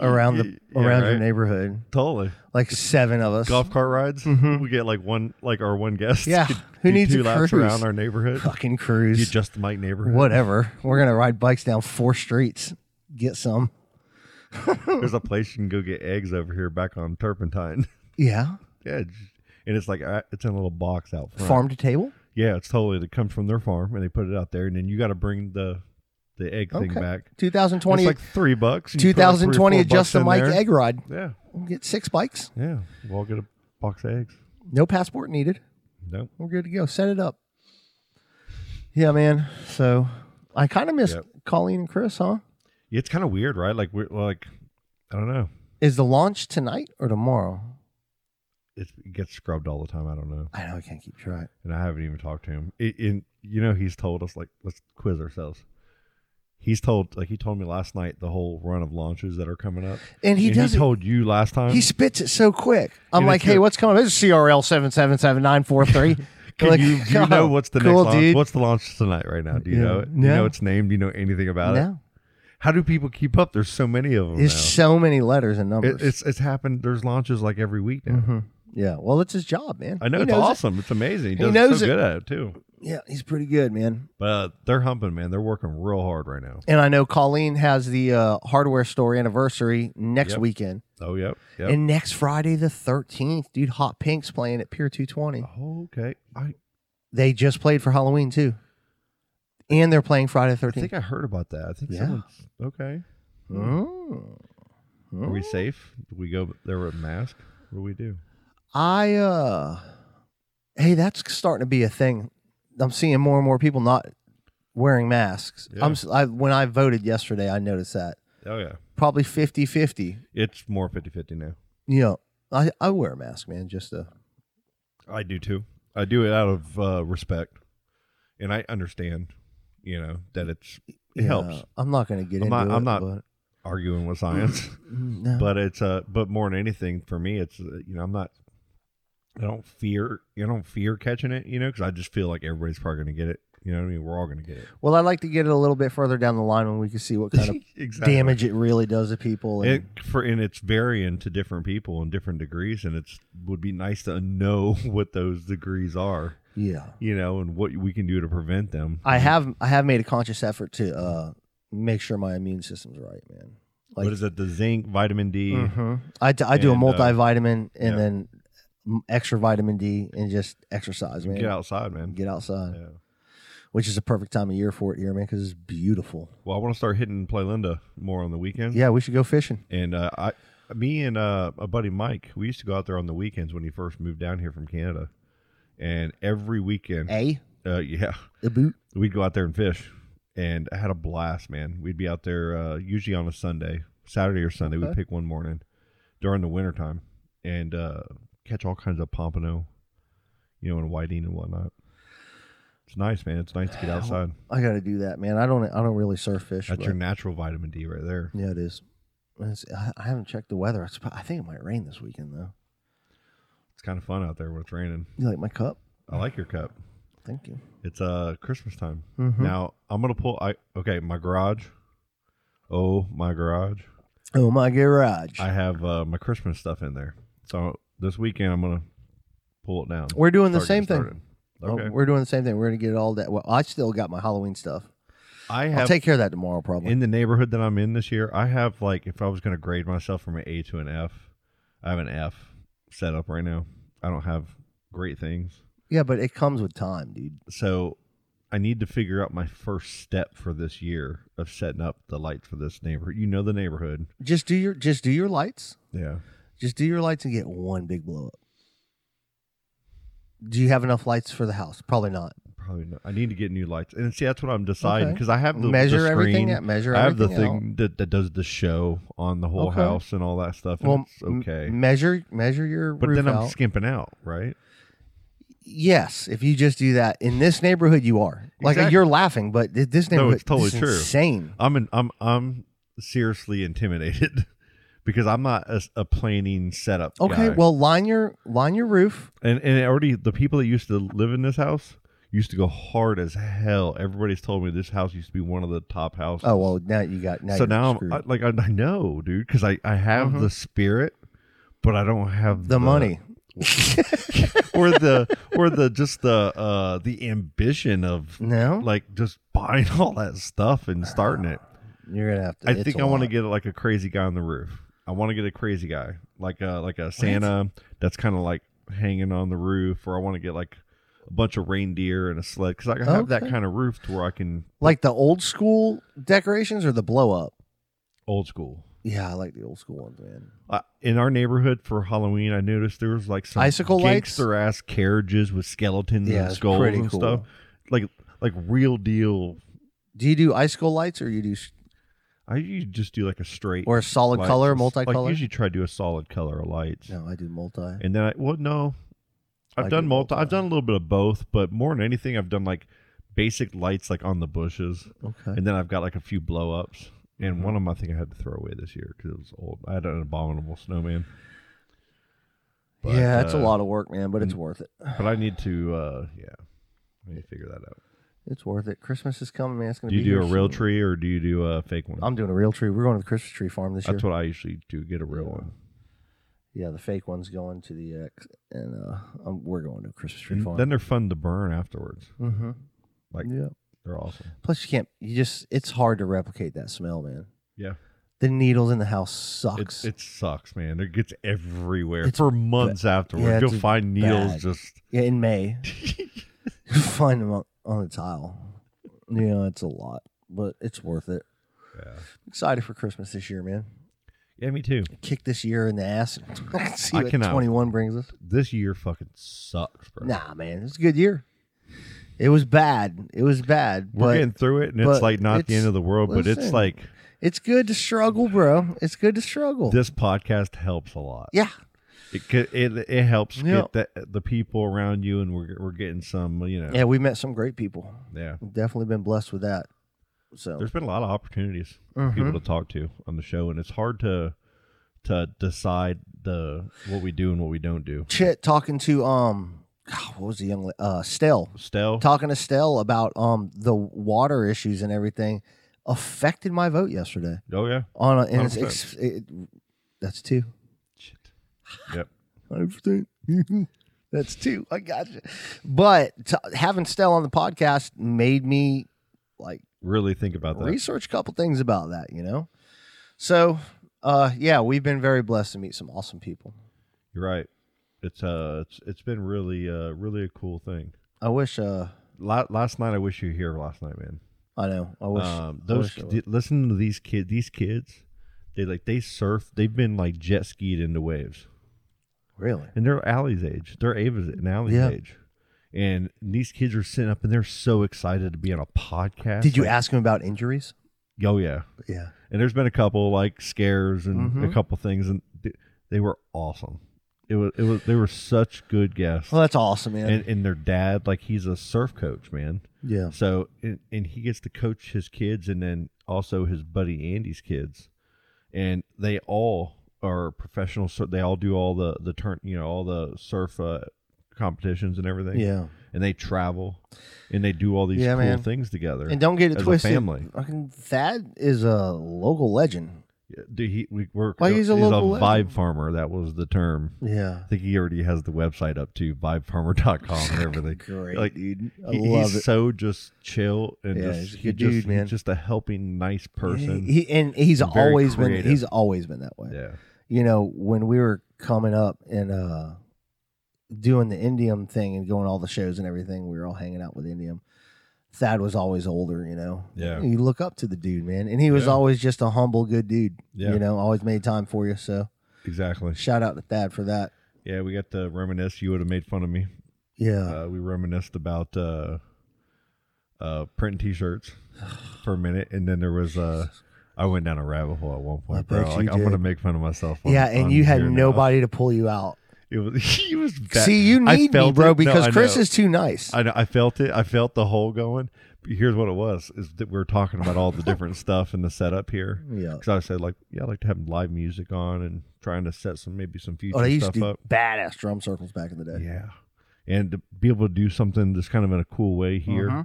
Speaker 5: around the
Speaker 7: Yeah,
Speaker 5: around your
Speaker 7: right.
Speaker 5: neighborhood.
Speaker 7: Totally,
Speaker 5: Like seven of us.
Speaker 7: golf cart rides. We get like one, like our one guest.
Speaker 5: Mm-hmm. Yeah.
Speaker 7: could
Speaker 5: Who
Speaker 7: do
Speaker 5: needs
Speaker 7: two
Speaker 5: a
Speaker 7: laps
Speaker 5: cruise?
Speaker 7: around our neighborhood?
Speaker 5: Fucking
Speaker 7: You
Speaker 5: cruise.
Speaker 7: just Mike neighborhood.
Speaker 5: Whatever. We're gonna ride bikes down four streets. Get some.
Speaker 7: There's a place you can go get eggs over here back on Turpentine.
Speaker 5: Yeah.
Speaker 7: yeah, j- and it's like uh, it's in a little box out front.
Speaker 5: Farm to table.
Speaker 7: Yeah, it's totally. It comes from their farm, and they put it out there, and then you got to bring the the egg thing
Speaker 5: Okay.
Speaker 7: back. It's
Speaker 5: 2020
Speaker 7: like three bucks. You put, like, three or
Speaker 5: 2020
Speaker 7: four
Speaker 5: adjust
Speaker 7: bucks
Speaker 5: the
Speaker 7: in
Speaker 5: mic
Speaker 7: there.
Speaker 5: egg ride.
Speaker 7: Yeah,
Speaker 5: We'll get six bikes.
Speaker 7: yeah. We'll all get a box of eggs.
Speaker 5: No passport needed.
Speaker 7: No.
Speaker 5: we're good to go. Set it up. Yeah, man. So I kind of missed
Speaker 7: Yep.
Speaker 5: Colleen and Chris, huh?
Speaker 7: It's kind of weird, right? Like we're like, I don't know.
Speaker 5: Is the launch tonight or tomorrow?
Speaker 7: It's, it gets scrubbed all the time. I don't know,
Speaker 5: I know I can't keep track.
Speaker 7: and I haven't even talked to him. It, and you know, he's told us like, let's quiz ourselves. He's told like he told me last night the whole run of launches that are coming up,
Speaker 5: And he doesn't. He,
Speaker 7: told you last time.
Speaker 5: spits it so quick. I'm
Speaker 7: And
Speaker 5: like,
Speaker 7: it's
Speaker 5: hey,
Speaker 7: good.
Speaker 5: what's coming? This is CRL seven seven seven nine four three.
Speaker 7: Can you, do you know what's the
Speaker 5: oh, cool,
Speaker 7: next launch?
Speaker 5: dude.
Speaker 7: What's the launch tonight right now? Do you
Speaker 5: Yeah.
Speaker 7: know it? You
Speaker 5: No.
Speaker 7: know its name? Do you know anything about it?
Speaker 5: no,
Speaker 7: How do people keep up? There's so many of them
Speaker 5: there's
Speaker 7: now.
Speaker 5: so many letters and
Speaker 7: It-
Speaker 5: numbers.
Speaker 7: it's it's happened. There's launches like every week now.
Speaker 5: yeah, well, it's his job, man.
Speaker 7: I
Speaker 5: Mm-hmm.
Speaker 7: know
Speaker 5: He
Speaker 7: it's
Speaker 5: knows it.
Speaker 7: awesome. It's amazing. He, does
Speaker 5: knows
Speaker 7: so
Speaker 5: it.
Speaker 7: good at it too.
Speaker 5: Yeah, he's pretty good, man.
Speaker 7: But uh, they're humping, man. They're working real hard right now.
Speaker 5: And I know Colleen has the uh, hardware store anniversary next
Speaker 7: Yep.
Speaker 5: weekend.
Speaker 7: Oh, yep. yep.
Speaker 5: And next Friday the 13th, dude, Hot Pink's playing at Pier 220.
Speaker 7: oh, okay. I,
Speaker 5: They just played for Halloween too. And they're playing Friday the
Speaker 7: I think
Speaker 5: 13th.
Speaker 7: I heard about that. I think
Speaker 5: Yeah.
Speaker 7: someone's okay.
Speaker 5: Mm.
Speaker 7: Are we
Speaker 5: Oh.
Speaker 7: safe? Do we go there with mask? What do we do?
Speaker 5: I uh hey, that's starting to be a thing. I'm seeing more and more people not wearing masks.
Speaker 7: Yeah.
Speaker 5: I'm s- I, when I voted yesterday, I noticed that.
Speaker 7: Oh yeah.
Speaker 5: Probably 50-50.
Speaker 7: It's more 50-50 now.
Speaker 5: You know, I, I wear a mask, man, just to
Speaker 7: I do too. I do it out of uh, respect, and I understand, you know, that it's it
Speaker 5: you
Speaker 7: helps
Speaker 5: know, I'm not going to get
Speaker 7: I'm
Speaker 5: into
Speaker 7: not-
Speaker 5: it.
Speaker 7: I'm not-
Speaker 5: but- mm,
Speaker 7: arguing with science,
Speaker 5: no.
Speaker 7: but it's uh, but more than anything for me, it's uh, you know, I'm not. I don't fear. I don't fear catching it, you know, because I just feel like everybody's probably going to get it You know what I mean? We're all gonna get it.
Speaker 5: Well, I'd like to get it a little bit further down the line when we can see what kind of
Speaker 7: exactly.
Speaker 5: damage it really does to people. And,
Speaker 7: It, for and it's varying to different people and different degrees, and it's would be nice to know what those degrees are,
Speaker 5: yeah.
Speaker 7: you know, and what we can do to prevent them.
Speaker 5: I have I have made a conscious effort to uh, make sure my immune system's right, man. Like,
Speaker 7: what is it? The zinc, vitamin D.
Speaker 5: Mhm. I, d- I do a
Speaker 7: And, uh,
Speaker 5: multivitamin and
Speaker 7: yeah.
Speaker 5: then m- extra vitamin D and just exercise, man.
Speaker 7: Get outside, man.
Speaker 5: Get outside,
Speaker 7: Yeah.
Speaker 5: which is a perfect time of year for it here, man, because it's beautiful.
Speaker 7: Well, I want to start hitting Play Linda more on the weekends.
Speaker 5: Yeah, we should go fishing.
Speaker 7: And uh, I, me and uh, a buddy Mike, we used to go out there on the weekends when he first moved down here from Canada, and every weekend,
Speaker 5: A,
Speaker 7: uh, yeah,
Speaker 5: a boot.
Speaker 7: we'd go out there and fish, and I had a blast, man. We'd be out there uh, usually on a Sunday, Saturday or Sunday. We'd
Speaker 5: Okay.
Speaker 7: pick one morning during the wintertime and uh, catch all kinds of pompano, you know, and whiting and whatnot. It's nice, man. It's nice to get outside.
Speaker 5: I got to do that, man. I don't I don't really surf fish.
Speaker 7: That's
Speaker 5: but-
Speaker 7: your natural vitamin D right there.
Speaker 5: yeah, it is. It's- I I haven't checked the weather. It's, prob- I think it might rain this weekend though.
Speaker 7: It's kind of fun out there when it's raining.
Speaker 5: You like my cup?
Speaker 7: I like your cup.
Speaker 5: Thank you.
Speaker 7: It's uh Christmas time.
Speaker 5: Mhm.
Speaker 7: Now I'm gonna pull. I okay, my garage. Oh my garage!
Speaker 5: Oh my garage.
Speaker 7: I have uh, my Christmas stuff in there. So this weekend I'm gonna pull it down.
Speaker 5: We're doing the
Speaker 7: Start
Speaker 5: same thing.
Speaker 7: getting started.
Speaker 5: Oh,
Speaker 7: Okay.
Speaker 5: we're doing the same thing. We're gonna get all that. Well, I still got my Halloween stuff.
Speaker 7: I
Speaker 5: I'll
Speaker 7: have
Speaker 5: take care of that tomorrow, probably.
Speaker 7: in the neighborhood that I'm in this year. I have like if I was gonna grade myself from an A to an F, I have an F set up right now. I don't have great things,
Speaker 5: yeah, but it comes with time, dude.
Speaker 7: so I need to figure out my first step for this year of setting up the lights for this neighborhood. You know the neighborhood.
Speaker 5: Just do your just do your lights.
Speaker 7: Yeah.
Speaker 5: Just do your lights and get one big blow up. Do you have enough lights for the house? Probably not.
Speaker 7: Probably not. I need to get new lights, and see that's what I'm deciding
Speaker 5: Okay.
Speaker 7: because I have the
Speaker 5: Measure
Speaker 7: the
Speaker 5: everything
Speaker 7: screen.
Speaker 5: out- measure
Speaker 7: I have the
Speaker 5: everything
Speaker 7: thing that, that does the show on the whole
Speaker 5: Okay.
Speaker 7: house and all that stuff. And
Speaker 5: Well,
Speaker 7: it's
Speaker 5: m-
Speaker 7: okay,
Speaker 5: measure measure your
Speaker 7: but
Speaker 5: roof
Speaker 7: then I'm
Speaker 5: out.
Speaker 7: skimping out, right?
Speaker 5: yes, if you just do that in this neighborhood, you are like
Speaker 7: Exactly.
Speaker 5: you're laughing, but th- this
Speaker 7: No,
Speaker 5: neighborhood
Speaker 7: it's totally
Speaker 5: this is
Speaker 7: true.
Speaker 5: Insane.
Speaker 7: I'm in, I'm I'm seriously intimidated because I'm not a, a planning setup.
Speaker 5: Okay,
Speaker 7: guy.
Speaker 5: well line your line your roof.
Speaker 7: and and already the people that used to live in this house used to go hard as hell. Everybody's told me this house used to be one of the top houses.
Speaker 5: Oh well, now you got now.
Speaker 7: so
Speaker 5: you're
Speaker 7: now I'm
Speaker 5: screwed.
Speaker 7: I, like I, I know, dude, because I I have the spirit, but I don't have
Speaker 5: the money.
Speaker 7: or the or the just the uh the ambition of
Speaker 5: No,
Speaker 7: like just buying all that stuff and starting it.
Speaker 5: you're gonna have to.
Speaker 7: I
Speaker 5: it's
Speaker 7: think
Speaker 5: a
Speaker 7: I want to
Speaker 5: lot.
Speaker 7: get like a crazy guy on the roof. I want to get a crazy guy like a like a Santa that's kind of like hanging on the roof, or I want to get like a bunch of reindeer and a sled because I have that
Speaker 5: Okay.
Speaker 7: kind of roof to where I can
Speaker 5: like the old school decorations or the blow up.
Speaker 7: old school.
Speaker 5: Yeah, I like the old school ones, man.
Speaker 7: Uh, in our neighborhood for Halloween, I noticed there was like some
Speaker 5: Icicle lights?
Speaker 7: gangster ass carriages with skeletons
Speaker 5: Yeah,
Speaker 7: and
Speaker 5: it's
Speaker 7: skulls
Speaker 5: pretty
Speaker 7: Mm, and
Speaker 5: cool.
Speaker 7: stuff, like like real deal.
Speaker 5: Do you do icicle lights or you do s-
Speaker 7: I usually just do like a straight
Speaker 5: or a solid
Speaker 7: lights.
Speaker 5: color,
Speaker 7: It's like,
Speaker 5: multicolor?
Speaker 7: usually try to do a solid color of lights.
Speaker 5: no, I do multi.
Speaker 7: And then I well no, I've
Speaker 5: I
Speaker 7: done
Speaker 5: do
Speaker 7: multi. I've
Speaker 5: multi.
Speaker 7: done a little bit of both, but more than anything, I've done like basic lights like on the bushes,
Speaker 5: okay.
Speaker 7: and then I've got like a few blow ups. And
Speaker 5: Mm-hmm.
Speaker 7: one of them I think I had to throw away this year because it was old. I had an abominable snowman. But,
Speaker 5: yeah, it's a
Speaker 7: uh,
Speaker 5: lot of work, man, but it's worth it.
Speaker 7: But I need to, uh yeah, I need to figure that out.
Speaker 5: It's worth it. Christmas is coming, man. It's gonna
Speaker 7: Do you
Speaker 5: be
Speaker 7: do
Speaker 5: here
Speaker 7: a real
Speaker 5: soon.
Speaker 7: tree or do you do a fake one?
Speaker 5: I'm doing a real tree. We're going to the Christmas tree farm this
Speaker 7: That's
Speaker 5: year.
Speaker 7: what I usually do. Get a real one.
Speaker 5: yeah, the fake one's going to the X, and uh, I'm, we're going to a Christmas tree
Speaker 7: And
Speaker 5: farm.
Speaker 7: Mm, then they're fun to burn afterwards.
Speaker 5: mm-hmm.
Speaker 7: Like
Speaker 5: yeah.
Speaker 7: they're awesome.
Speaker 5: Plus, you can't. You just. It's hard to replicate that smell, man.
Speaker 7: Yeah.
Speaker 5: The needles in the house
Speaker 7: It,
Speaker 5: sucks.
Speaker 7: it sucks, man. It gets everywhere
Speaker 5: It's
Speaker 7: for months afterwards.
Speaker 5: yeah,
Speaker 7: You'll
Speaker 5: it's
Speaker 7: find needles
Speaker 5: bad.
Speaker 7: just
Speaker 5: Yeah, in May. Find them on, on the tile. You know, it's a lot, but it's worth it.
Speaker 7: Yeah.
Speaker 5: Excited for Christmas this year, man.
Speaker 7: Yeah, me too.
Speaker 5: Kick this year in the ass. and See
Speaker 7: I
Speaker 5: what
Speaker 7: cannot.
Speaker 5: 21 brings us.
Speaker 7: This year fucking sucks, bro.
Speaker 5: Nah, man, it's a good year. It was bad. It was bad,
Speaker 7: We're
Speaker 5: but
Speaker 7: getting through it, and it's
Speaker 5: but
Speaker 7: like not the
Speaker 5: it's-
Speaker 7: end of the world, but it's
Speaker 5: listen.
Speaker 7: like
Speaker 5: it's good to struggle, bro. It's good to struggle.
Speaker 7: this podcast helps a lot.
Speaker 5: yeah,
Speaker 7: It ca- it, it helps
Speaker 5: Yeah.
Speaker 7: get the, the people around you, and we're, we're getting some, you know.
Speaker 5: yeah, we met some great people.
Speaker 7: Yeah.
Speaker 5: We've definitely been blessed with that. So
Speaker 7: There's been a lot of opportunities for
Speaker 5: Mhm.
Speaker 7: people to talk to on the show, and it's hard to to decide the what we do and what we don't do.
Speaker 5: Chit talking to um God, what was the young la- uh Stell
Speaker 7: Stell.
Speaker 5: talking to Stell about um the water issues and everything affected my vote yesterday
Speaker 7: Oh yeah.
Speaker 5: on a, and it's
Speaker 7: 100%.
Speaker 5: ex- it, that's two.
Speaker 7: Shit. Yep.
Speaker 5: Hundred percent. That's two. I got you. But t- having Stell on the podcast made me like
Speaker 7: Really think about that.
Speaker 5: research a couple things about that. You know, so uh, yeah, we've been very blessed to meet some awesome people.
Speaker 7: You're right. It's uh, it's it's been really uh, really a cool thing.
Speaker 5: I wish. Uh,
Speaker 7: La- last night, I wish you were here. Last night, man.
Speaker 5: I know. I wish.
Speaker 7: um,
Speaker 5: I
Speaker 7: those
Speaker 5: wish I was.
Speaker 7: di- listen to these kids. These kids, they like they surf. They've been like jet skied into waves,
Speaker 5: really.
Speaker 7: and they're Allie's age. They're Ava's and Allie's
Speaker 5: Yeah.
Speaker 7: age. And these kids are sitting up, and they're so excited to be on a podcast.
Speaker 5: Did you
Speaker 7: Like,
Speaker 5: ask him about injuries?
Speaker 7: Oh yeah.
Speaker 5: Yeah.
Speaker 7: And there's been a couple like scares and a
Speaker 5: Mhm.
Speaker 7: couple things, and th- they were awesome. It was it was they were such good guests.
Speaker 5: Well, that's awesome, man.
Speaker 7: and, and their dad, like he's a surf coach, man.
Speaker 5: yeah.
Speaker 7: So and, and he gets to coach his kids and then also his buddy Andy's kids, and they all are professional. So they all do all the the turn, you know, all the surf uh, competitions and everything.
Speaker 5: Yeah.
Speaker 7: and they travel and they do all these
Speaker 5: Yeah,
Speaker 7: cool
Speaker 5: man.
Speaker 7: things together.
Speaker 5: And don't get it
Speaker 7: as a
Speaker 5: twisted.
Speaker 7: family.
Speaker 5: Fucking Thad is a local legend.
Speaker 7: Yeah, Dude, he we work.
Speaker 5: Well, he's a local
Speaker 7: vibe
Speaker 5: legend.
Speaker 7: farmer. That was the term.
Speaker 5: Yeah.
Speaker 7: I think he already has the website up too, vibefarmer.com and everything.
Speaker 5: Great,
Speaker 7: like,
Speaker 5: dude. I
Speaker 7: He-
Speaker 5: love
Speaker 7: he's
Speaker 5: it.
Speaker 7: so just chill and
Speaker 5: Yeah,
Speaker 7: just
Speaker 5: he's a
Speaker 7: he
Speaker 5: good
Speaker 7: just,
Speaker 5: dude, man.
Speaker 7: He's just a helping, nice person.
Speaker 5: He, and he's
Speaker 7: and very
Speaker 5: always
Speaker 7: creative.
Speaker 5: been he's always been that way.
Speaker 7: yeah,
Speaker 5: You know, when we were coming up and uh doing the Indium thing and going all the shows and everything, we were all hanging out with Indium. Thad was always older, you know.
Speaker 7: Yeah.
Speaker 5: You look up to the dude, man. And he was
Speaker 7: Yeah.
Speaker 5: always just a humble, good dude.
Speaker 7: Yeah.
Speaker 5: You know, always made time for you. So
Speaker 7: exactly.
Speaker 5: shout out to Thad for that.
Speaker 7: Yeah, we got to reminisce. You would have made fun of me.
Speaker 5: Yeah.
Speaker 7: Uh, we reminisced about uh, uh, printing T-shirts for a minute, and then there was uh, I went down a rabbit hole at one
Speaker 5: I
Speaker 7: point,
Speaker 5: bet
Speaker 7: bro.
Speaker 5: you
Speaker 7: Like I'm gonna
Speaker 5: did.
Speaker 7: make fun of myself. on-
Speaker 5: yeah, and
Speaker 7: on
Speaker 5: you had
Speaker 7: here now.
Speaker 5: nobody to pull you out.
Speaker 7: It was he was bad.
Speaker 5: See, you
Speaker 7: I
Speaker 5: need me,
Speaker 7: felt
Speaker 5: bro,
Speaker 7: it. No,
Speaker 5: because
Speaker 7: I
Speaker 5: Chris
Speaker 7: know.
Speaker 5: is too nice.
Speaker 7: I know, I felt it. I felt the hole going. But here's what it was: is that we were talking about all the different stuff and the setup here.
Speaker 5: Yeah.
Speaker 7: Because I said like, yeah, I like to have live music on and trying to set some maybe some future
Speaker 5: Oh, they used
Speaker 7: stuff
Speaker 5: to do
Speaker 7: up.
Speaker 5: badass drum circles back in the day.
Speaker 7: Yeah, and to be able to do something just kind of in a cool way here.
Speaker 5: Mm-hmm.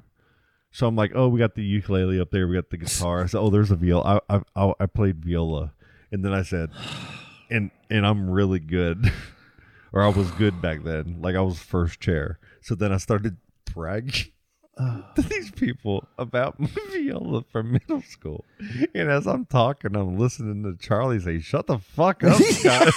Speaker 7: So I'm like, oh, we got the ukulele up there. We got the guitar. I said, oh, there's a viola. I I, I, I played viola, and then I said, and and I'm really good, or I was good back then. Like I was first chair. So then I started bragging to these people about my viola from middle school. And as I'm talking, I'm listening to Charlie say, "Shut the fuck up, Scott."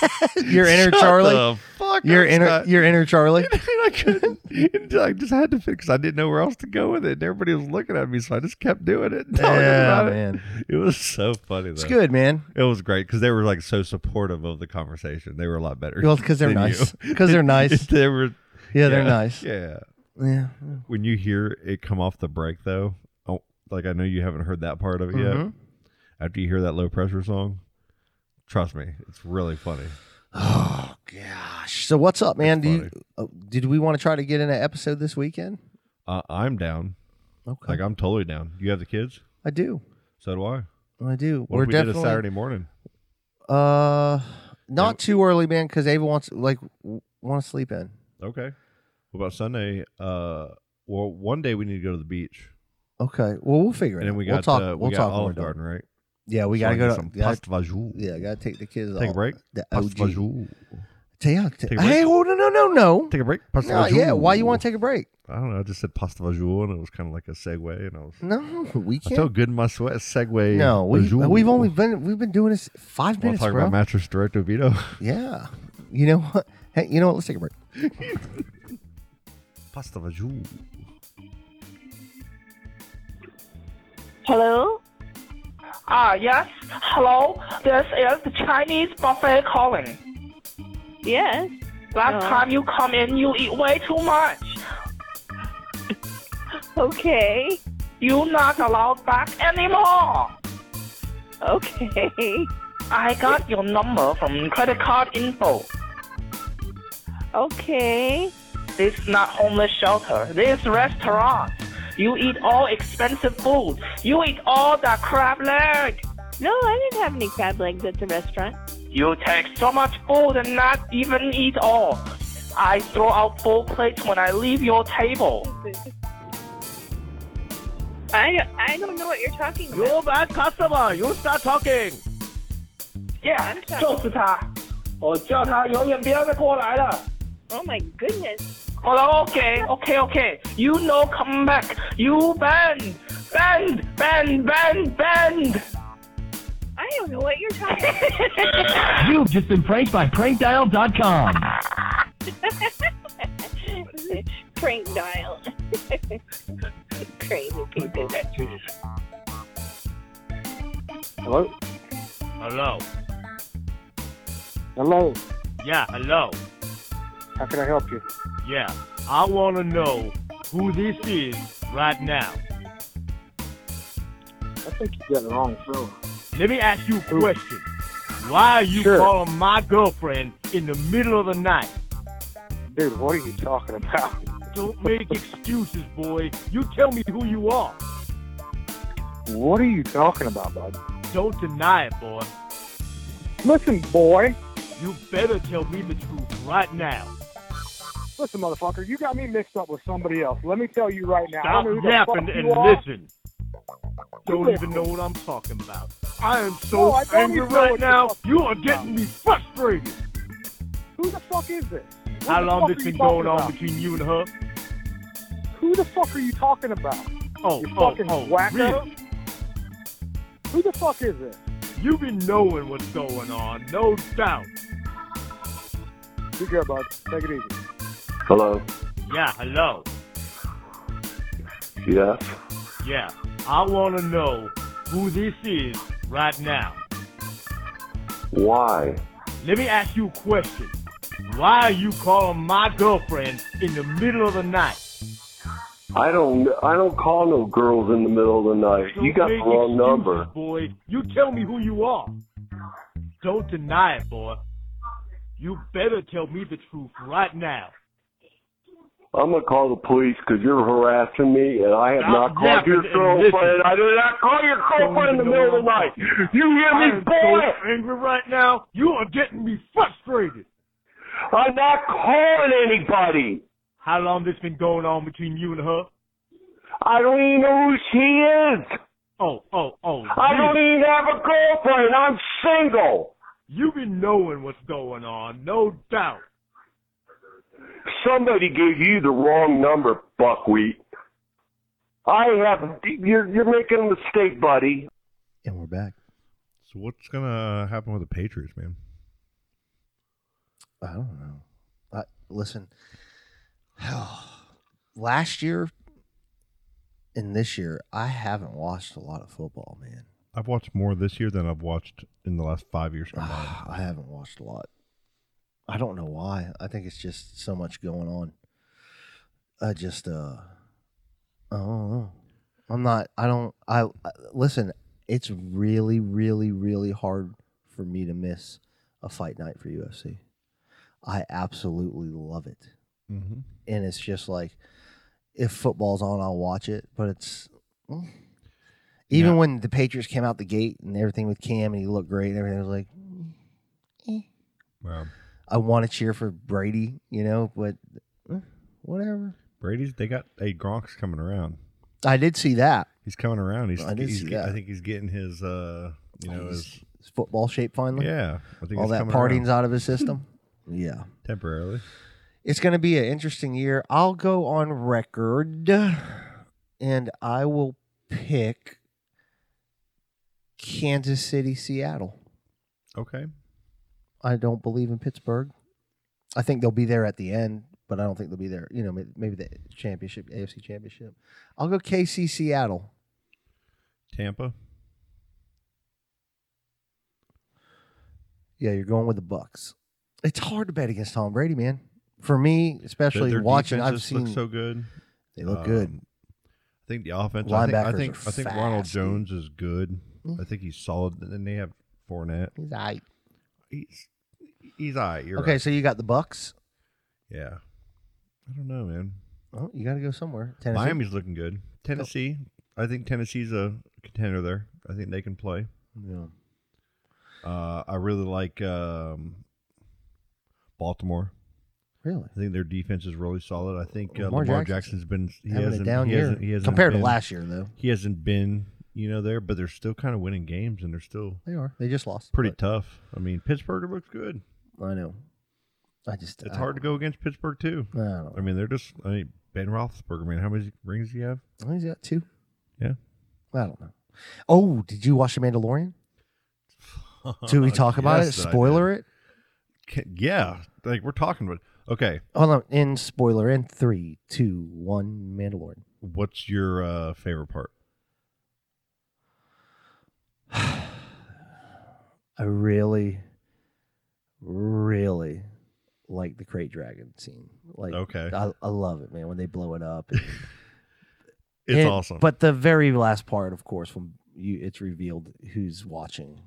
Speaker 5: Your inner
Speaker 7: Shut
Speaker 5: Charlie.
Speaker 7: The fuck
Speaker 5: your
Speaker 7: up,
Speaker 5: inner
Speaker 7: Scott.
Speaker 5: your inner Charlie.
Speaker 7: And I couldn't. and I just had to fix. I didn't know where else to go with it. And everybody was looking at me, so I just kept doing it. and talking
Speaker 5: Oh, yeah,
Speaker 7: about it.
Speaker 5: man.
Speaker 7: It was so funny. Though.
Speaker 5: It's good, man.
Speaker 7: It was great because they were like so supportive of the conversation. They were a lot better.
Speaker 5: Well, because they're
Speaker 7: than you.
Speaker 5: nice. Because they're nice.
Speaker 7: they were.
Speaker 5: Yeah, they're nice. Yeah.
Speaker 7: Yeah. When you hear it come off the break, though, oh, like I know you haven't heard that part of it yet.
Speaker 5: Mhm.
Speaker 7: After you hear that low pressure song, trust me, it's really funny.
Speaker 5: Oh gosh. So what's up, man?
Speaker 7: It's
Speaker 5: Do you, oh, did we want to try to get in an episode this weekend?
Speaker 7: Uh, I'm down.
Speaker 5: Okay.
Speaker 7: Like I'm totally down. You have the kids,
Speaker 5: I do.
Speaker 7: so do I.
Speaker 5: I do.
Speaker 7: What
Speaker 5: We're
Speaker 7: if we
Speaker 5: definitely
Speaker 7: did a Saturday morning?
Speaker 5: uh not too early, man, because Ava wants like want to sleep in.
Speaker 7: Okay. What about Sunday? Uh, well, one day we need to go to the beach,
Speaker 5: Okay. Well, we'll figure it
Speaker 7: and then
Speaker 5: out.
Speaker 7: we
Speaker 5: we'll
Speaker 7: got
Speaker 5: talk.
Speaker 7: uh, we
Speaker 5: we'll
Speaker 7: got
Speaker 5: talk when we're
Speaker 7: Olive
Speaker 5: done.
Speaker 7: Garden, right?
Speaker 5: Yeah, we
Speaker 7: So
Speaker 5: gotta
Speaker 7: I need
Speaker 5: go.
Speaker 7: some
Speaker 5: To, gotta,
Speaker 7: pasta vajoux.
Speaker 5: yeah, gotta take the kids.
Speaker 7: Take a
Speaker 5: all-
Speaker 7: break.
Speaker 5: The
Speaker 7: Pasta
Speaker 5: OG.
Speaker 7: vajoux.
Speaker 5: Tell you, t-
Speaker 7: Take a break.
Speaker 5: hey, hold on, no, no, no.
Speaker 7: Take a break. Pasta
Speaker 5: No, yeah,
Speaker 7: vajoux.
Speaker 5: why you want to take a break?
Speaker 7: I don't know. I just said pasta vajoux, and it was kind of like a segue, and I was.
Speaker 5: No, we
Speaker 7: I
Speaker 5: can't.
Speaker 7: felt good in my sweat. Segue.
Speaker 5: no, we
Speaker 7: vajoux.
Speaker 5: we've only been we've been doing this five
Speaker 7: Wanna
Speaker 5: minutes,
Speaker 7: talk
Speaker 5: bro.
Speaker 7: about mattress director Vito.
Speaker 5: yeah, you know what? Hey, you know what? Let's take a break.
Speaker 7: pasta vajoux.
Speaker 9: Hello?
Speaker 10: Ah, yes. Hello. This is the Chinese buffet calling.
Speaker 9: Yes.
Speaker 10: Last
Speaker 9: Uh.
Speaker 10: time you come in, you eat way too much.
Speaker 9: Okay.
Speaker 10: You not allowed back anymore.
Speaker 9: Okay.
Speaker 10: I got your number from credit card info.
Speaker 9: Okay.
Speaker 10: This not homeless shelter. This restaurant. You eat all expensive food. You eat all that crab leg.
Speaker 9: No, I didn't have any crab legs at the restaurant.
Speaker 10: You take so much food and not even eat all. I throw out full plates when I leave your table.
Speaker 9: I, I don't know what you're talking about.
Speaker 11: You're bad customer. You start talking.
Speaker 10: 就是他，我叫他永远不要再过来了。
Speaker 9: Oh my goodness.
Speaker 10: Hello, okay, okay, okay. You know, come back. You bend, bend, bend, bend, bend.
Speaker 9: I don't know what you're talking about.
Speaker 11: You've just been pranked by prankdial.com.
Speaker 9: Prank dial. Crazy people.
Speaker 12: Hello?
Speaker 8: Hello.
Speaker 12: Hello?
Speaker 8: Yeah, hello.
Speaker 12: How can I help you?
Speaker 8: Yeah. I want to know who this is right now.
Speaker 12: I think you got the wrong phone.
Speaker 8: Let me ask you a question. Why are you
Speaker 12: Sure.
Speaker 8: calling my girlfriend in the middle of the night?
Speaker 12: Dude, what are you talking about?
Speaker 8: Don't make excuses, boy. You tell me who you are.
Speaker 12: What are you talking about, bud?
Speaker 8: Don't deny it, boy.
Speaker 12: Listen, boy.
Speaker 8: You better tell me the truth right now.
Speaker 12: Listen, motherfucker, you got me mixed up with somebody else. Let me tell you right now. I don't
Speaker 8: Stop
Speaker 12: know who the fuck
Speaker 8: yapping
Speaker 12: you
Speaker 8: and
Speaker 12: are.
Speaker 8: listen. Don't even know what I'm talking about. I am so
Speaker 12: No, I don't
Speaker 8: angry
Speaker 12: even know
Speaker 8: right
Speaker 12: what the
Speaker 8: now.
Speaker 12: fuck
Speaker 8: You are getting me frustrated.
Speaker 12: Who the fuck is this? What
Speaker 8: How
Speaker 12: the
Speaker 8: long
Speaker 12: fuck
Speaker 8: this
Speaker 12: are you
Speaker 8: been going
Speaker 12: talking
Speaker 8: on
Speaker 12: about?
Speaker 8: between you and her?
Speaker 12: Who the fuck are you talking about?
Speaker 8: Oh,
Speaker 12: you
Speaker 8: oh,
Speaker 12: fucking
Speaker 8: oh,
Speaker 12: wacko.
Speaker 8: Rita.
Speaker 12: Who the fuck is this?
Speaker 8: You've been knowing what's going on, no doubt.
Speaker 12: Be good, bud. Take it easy.
Speaker 13: Hello.
Speaker 8: Yeah, hello.
Speaker 13: Yes.
Speaker 8: Yeah, I want to know who this is right now.
Speaker 13: Why?
Speaker 8: Let me ask you a question. Why are you calling my girlfriend in the middle of the night?
Speaker 13: I don't. I don't call no girls in the middle of the night. you got the
Speaker 8: make
Speaker 13: wrong number.
Speaker 8: Boy, you tell me who you are. Don't deny it, boy. You better tell me the truth right now.
Speaker 13: I'm gonna call the police because you're harassing me, and I have
Speaker 8: Stop
Speaker 13: not called your
Speaker 8: yapping and listen.
Speaker 13: girlfriend. I did not call your girlfriend in the middle of the night. You hear
Speaker 8: I
Speaker 13: me,
Speaker 8: am
Speaker 13: boy?
Speaker 8: so angry right now. You are getting me frustrated.
Speaker 13: I'm not calling anybody.
Speaker 8: How long this been going on between you and her?
Speaker 13: I don't even know who she is.
Speaker 8: Oh, oh, oh.
Speaker 13: I don't
Speaker 8: really?
Speaker 13: even have a girlfriend. I'm single.
Speaker 8: You've been knowing what's going on, no doubt.
Speaker 13: Somebody gave you the wrong number, Buckwheat. I have. You're you're making a mistake, buddy.
Speaker 5: And we're back.
Speaker 7: So what's gonna happen with the Patriots, man?
Speaker 5: I don't know. I, listen, last year and this year, I haven't watched a lot of football, man.
Speaker 7: I've watched more this year than I've watched in the last five years combined.
Speaker 5: I haven't watched a lot. I don't know why. I think it's just so much going on. I just uh I don't know. I'm not I don't I, I listen, it's really really really hard for me to miss a fight night for UFC. I absolutely love it.
Speaker 7: Mhm.
Speaker 5: And it's just like if football's on, I'll watch it, but it's mm. even when the Patriots came out the gate and everything with Cam and he looked great and everything I was like
Speaker 7: Wow.
Speaker 5: I want to cheer for Brady, you know, but eh, whatever.
Speaker 7: Brady's. They got a Gronk's coming around.
Speaker 5: I did see that.
Speaker 7: He's coming around. He's.
Speaker 5: I did
Speaker 7: he's
Speaker 5: see
Speaker 7: get-
Speaker 5: that.
Speaker 7: I think he's getting his. uh You know his.
Speaker 5: It's football shape finally.
Speaker 7: Yeah, I think
Speaker 5: all
Speaker 7: it's
Speaker 5: that
Speaker 7: coming
Speaker 5: partying's
Speaker 7: around.
Speaker 5: out of his system. yeah,
Speaker 7: temporarily.
Speaker 5: It's going to be an interesting year. I'll go on record and I will pick Kansas City, Seattle.
Speaker 7: Okay.
Speaker 5: I don't believe in Pittsburgh. I think they'll be there at the end, but I don't think they'll be there. You know, may- maybe the championship, AFC championship. I'll go KC, Seattle.
Speaker 7: Tampa.
Speaker 5: Yeah, you're going with the Bucks. It's hard to bet against Tom Brady, man. For me, especially
Speaker 7: Their
Speaker 5: watching, I've
Speaker 7: defenses look
Speaker 5: seen
Speaker 7: so good. Uh,
Speaker 5: They look good.
Speaker 7: I think the offense. I think, I
Speaker 5: Linebackers
Speaker 7: think,
Speaker 5: are
Speaker 7: I think Ronald
Speaker 5: fast, dude. Mm-hmm.
Speaker 7: Jones is good. I think he's solid. And then they have Fournette.
Speaker 5: He's aight.
Speaker 7: He's he's aight. Um, You're
Speaker 5: okay,
Speaker 7: right.
Speaker 5: so you got the Bucks.
Speaker 7: yeah. I don't know, man.
Speaker 5: Oh, you got to go somewhere. Tennessee.
Speaker 7: Miami's looking good. Tennessee. I think Tennessee's a contender there. I think they can play.
Speaker 5: Yeah.
Speaker 7: Uh, I really like um, Baltimore.
Speaker 5: Really?
Speaker 7: I think their defense is really solid. I think uh,
Speaker 5: Lamar
Speaker 7: Lamar,
Speaker 5: Jackson's
Speaker 7: Jackson's been he
Speaker 5: having a
Speaker 7: hasn't,
Speaker 5: down
Speaker 7: he
Speaker 5: year
Speaker 7: hasn't- he hasn't
Speaker 5: compared to
Speaker 7: been-
Speaker 5: last year, though.
Speaker 7: He hasn't been you know there, but they're still kind of winning games and they're still
Speaker 5: They are. They just lost.
Speaker 7: pretty tough. I mean Pittsburgh looks good.
Speaker 5: I know. I just
Speaker 7: It's
Speaker 5: I-
Speaker 7: hard to go against Pittsburgh too.
Speaker 5: I don't know.
Speaker 7: I mean they're just I mean Ben Roethlisberger. Man, how many rings do you have?
Speaker 5: I think he's got Oh, two.
Speaker 7: Yeah.
Speaker 5: I don't know. Oh, did you watch The Mandalorian? Do we talk about
Speaker 7: Oh, Yes,
Speaker 5: it?
Speaker 7: I
Speaker 5: Spoiler it?
Speaker 7: Can- yeah, like we're talking about. Okay,
Speaker 5: Hold on. In spoiler in three, two, one, Mandalorian.
Speaker 7: what's your uh, favorite part?
Speaker 5: I really, really like the crate dragon scene. Like,
Speaker 7: Okay.
Speaker 5: I, I love it, man. When they blow it up, and-
Speaker 7: It's
Speaker 5: and-
Speaker 7: awesome.
Speaker 5: But the very last part, of course, when you it's revealed who's watching,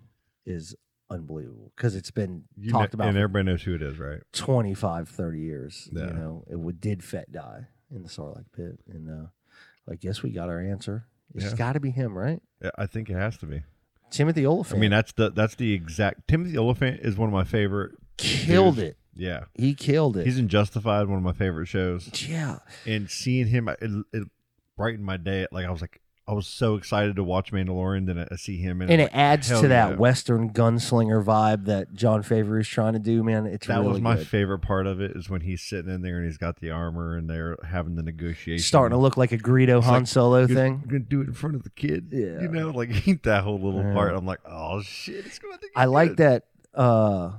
Speaker 5: is unbelievable because it's been
Speaker 7: You
Speaker 5: talked
Speaker 7: kn-
Speaker 5: about
Speaker 7: and
Speaker 5: for
Speaker 7: everybody knows who it is, right?
Speaker 5: 25, 30 years.
Speaker 7: Yeah.
Speaker 5: You know, it would, did Fett die in the Sarlacc pit, and uh, I guess we got our answer. It's
Speaker 7: Yeah.
Speaker 5: got to be him, right?
Speaker 7: Yeah, I think it has to be.
Speaker 5: Timothy Oliphant.
Speaker 7: I mean, that's the that's the exact. Timothy Oliphant is one of my favorite.
Speaker 5: Killed
Speaker 7: dudes.
Speaker 5: it.
Speaker 7: Yeah,
Speaker 5: he killed it.
Speaker 7: He's in Justified, one of my favorite shows.
Speaker 5: Yeah.
Speaker 7: and seeing him, it, it brightened my day. Like I was like, I was so excited to watch Mandalorian. Then I- I see him, and,
Speaker 5: and
Speaker 7: I'm
Speaker 5: it
Speaker 7: like,
Speaker 5: adds
Speaker 7: hell
Speaker 5: to that
Speaker 7: yeah.
Speaker 5: Western gunslinger vibe that John Favor is trying to do, man. It's
Speaker 7: That
Speaker 5: really
Speaker 7: was my
Speaker 5: good.
Speaker 7: favorite part of it is when he's sitting in there and he's got the armor and they're having the negotiation.
Speaker 5: starting to look like a Greedo
Speaker 7: It's
Speaker 5: Han
Speaker 7: like,
Speaker 5: Solo
Speaker 7: "You're
Speaker 5: thing.
Speaker 7: gonna do it in front of the kid.
Speaker 5: Yeah.
Speaker 7: You know, like that whole little
Speaker 5: Yeah.
Speaker 7: part. I'm like, oh shit, it's gonna.
Speaker 5: I like that uh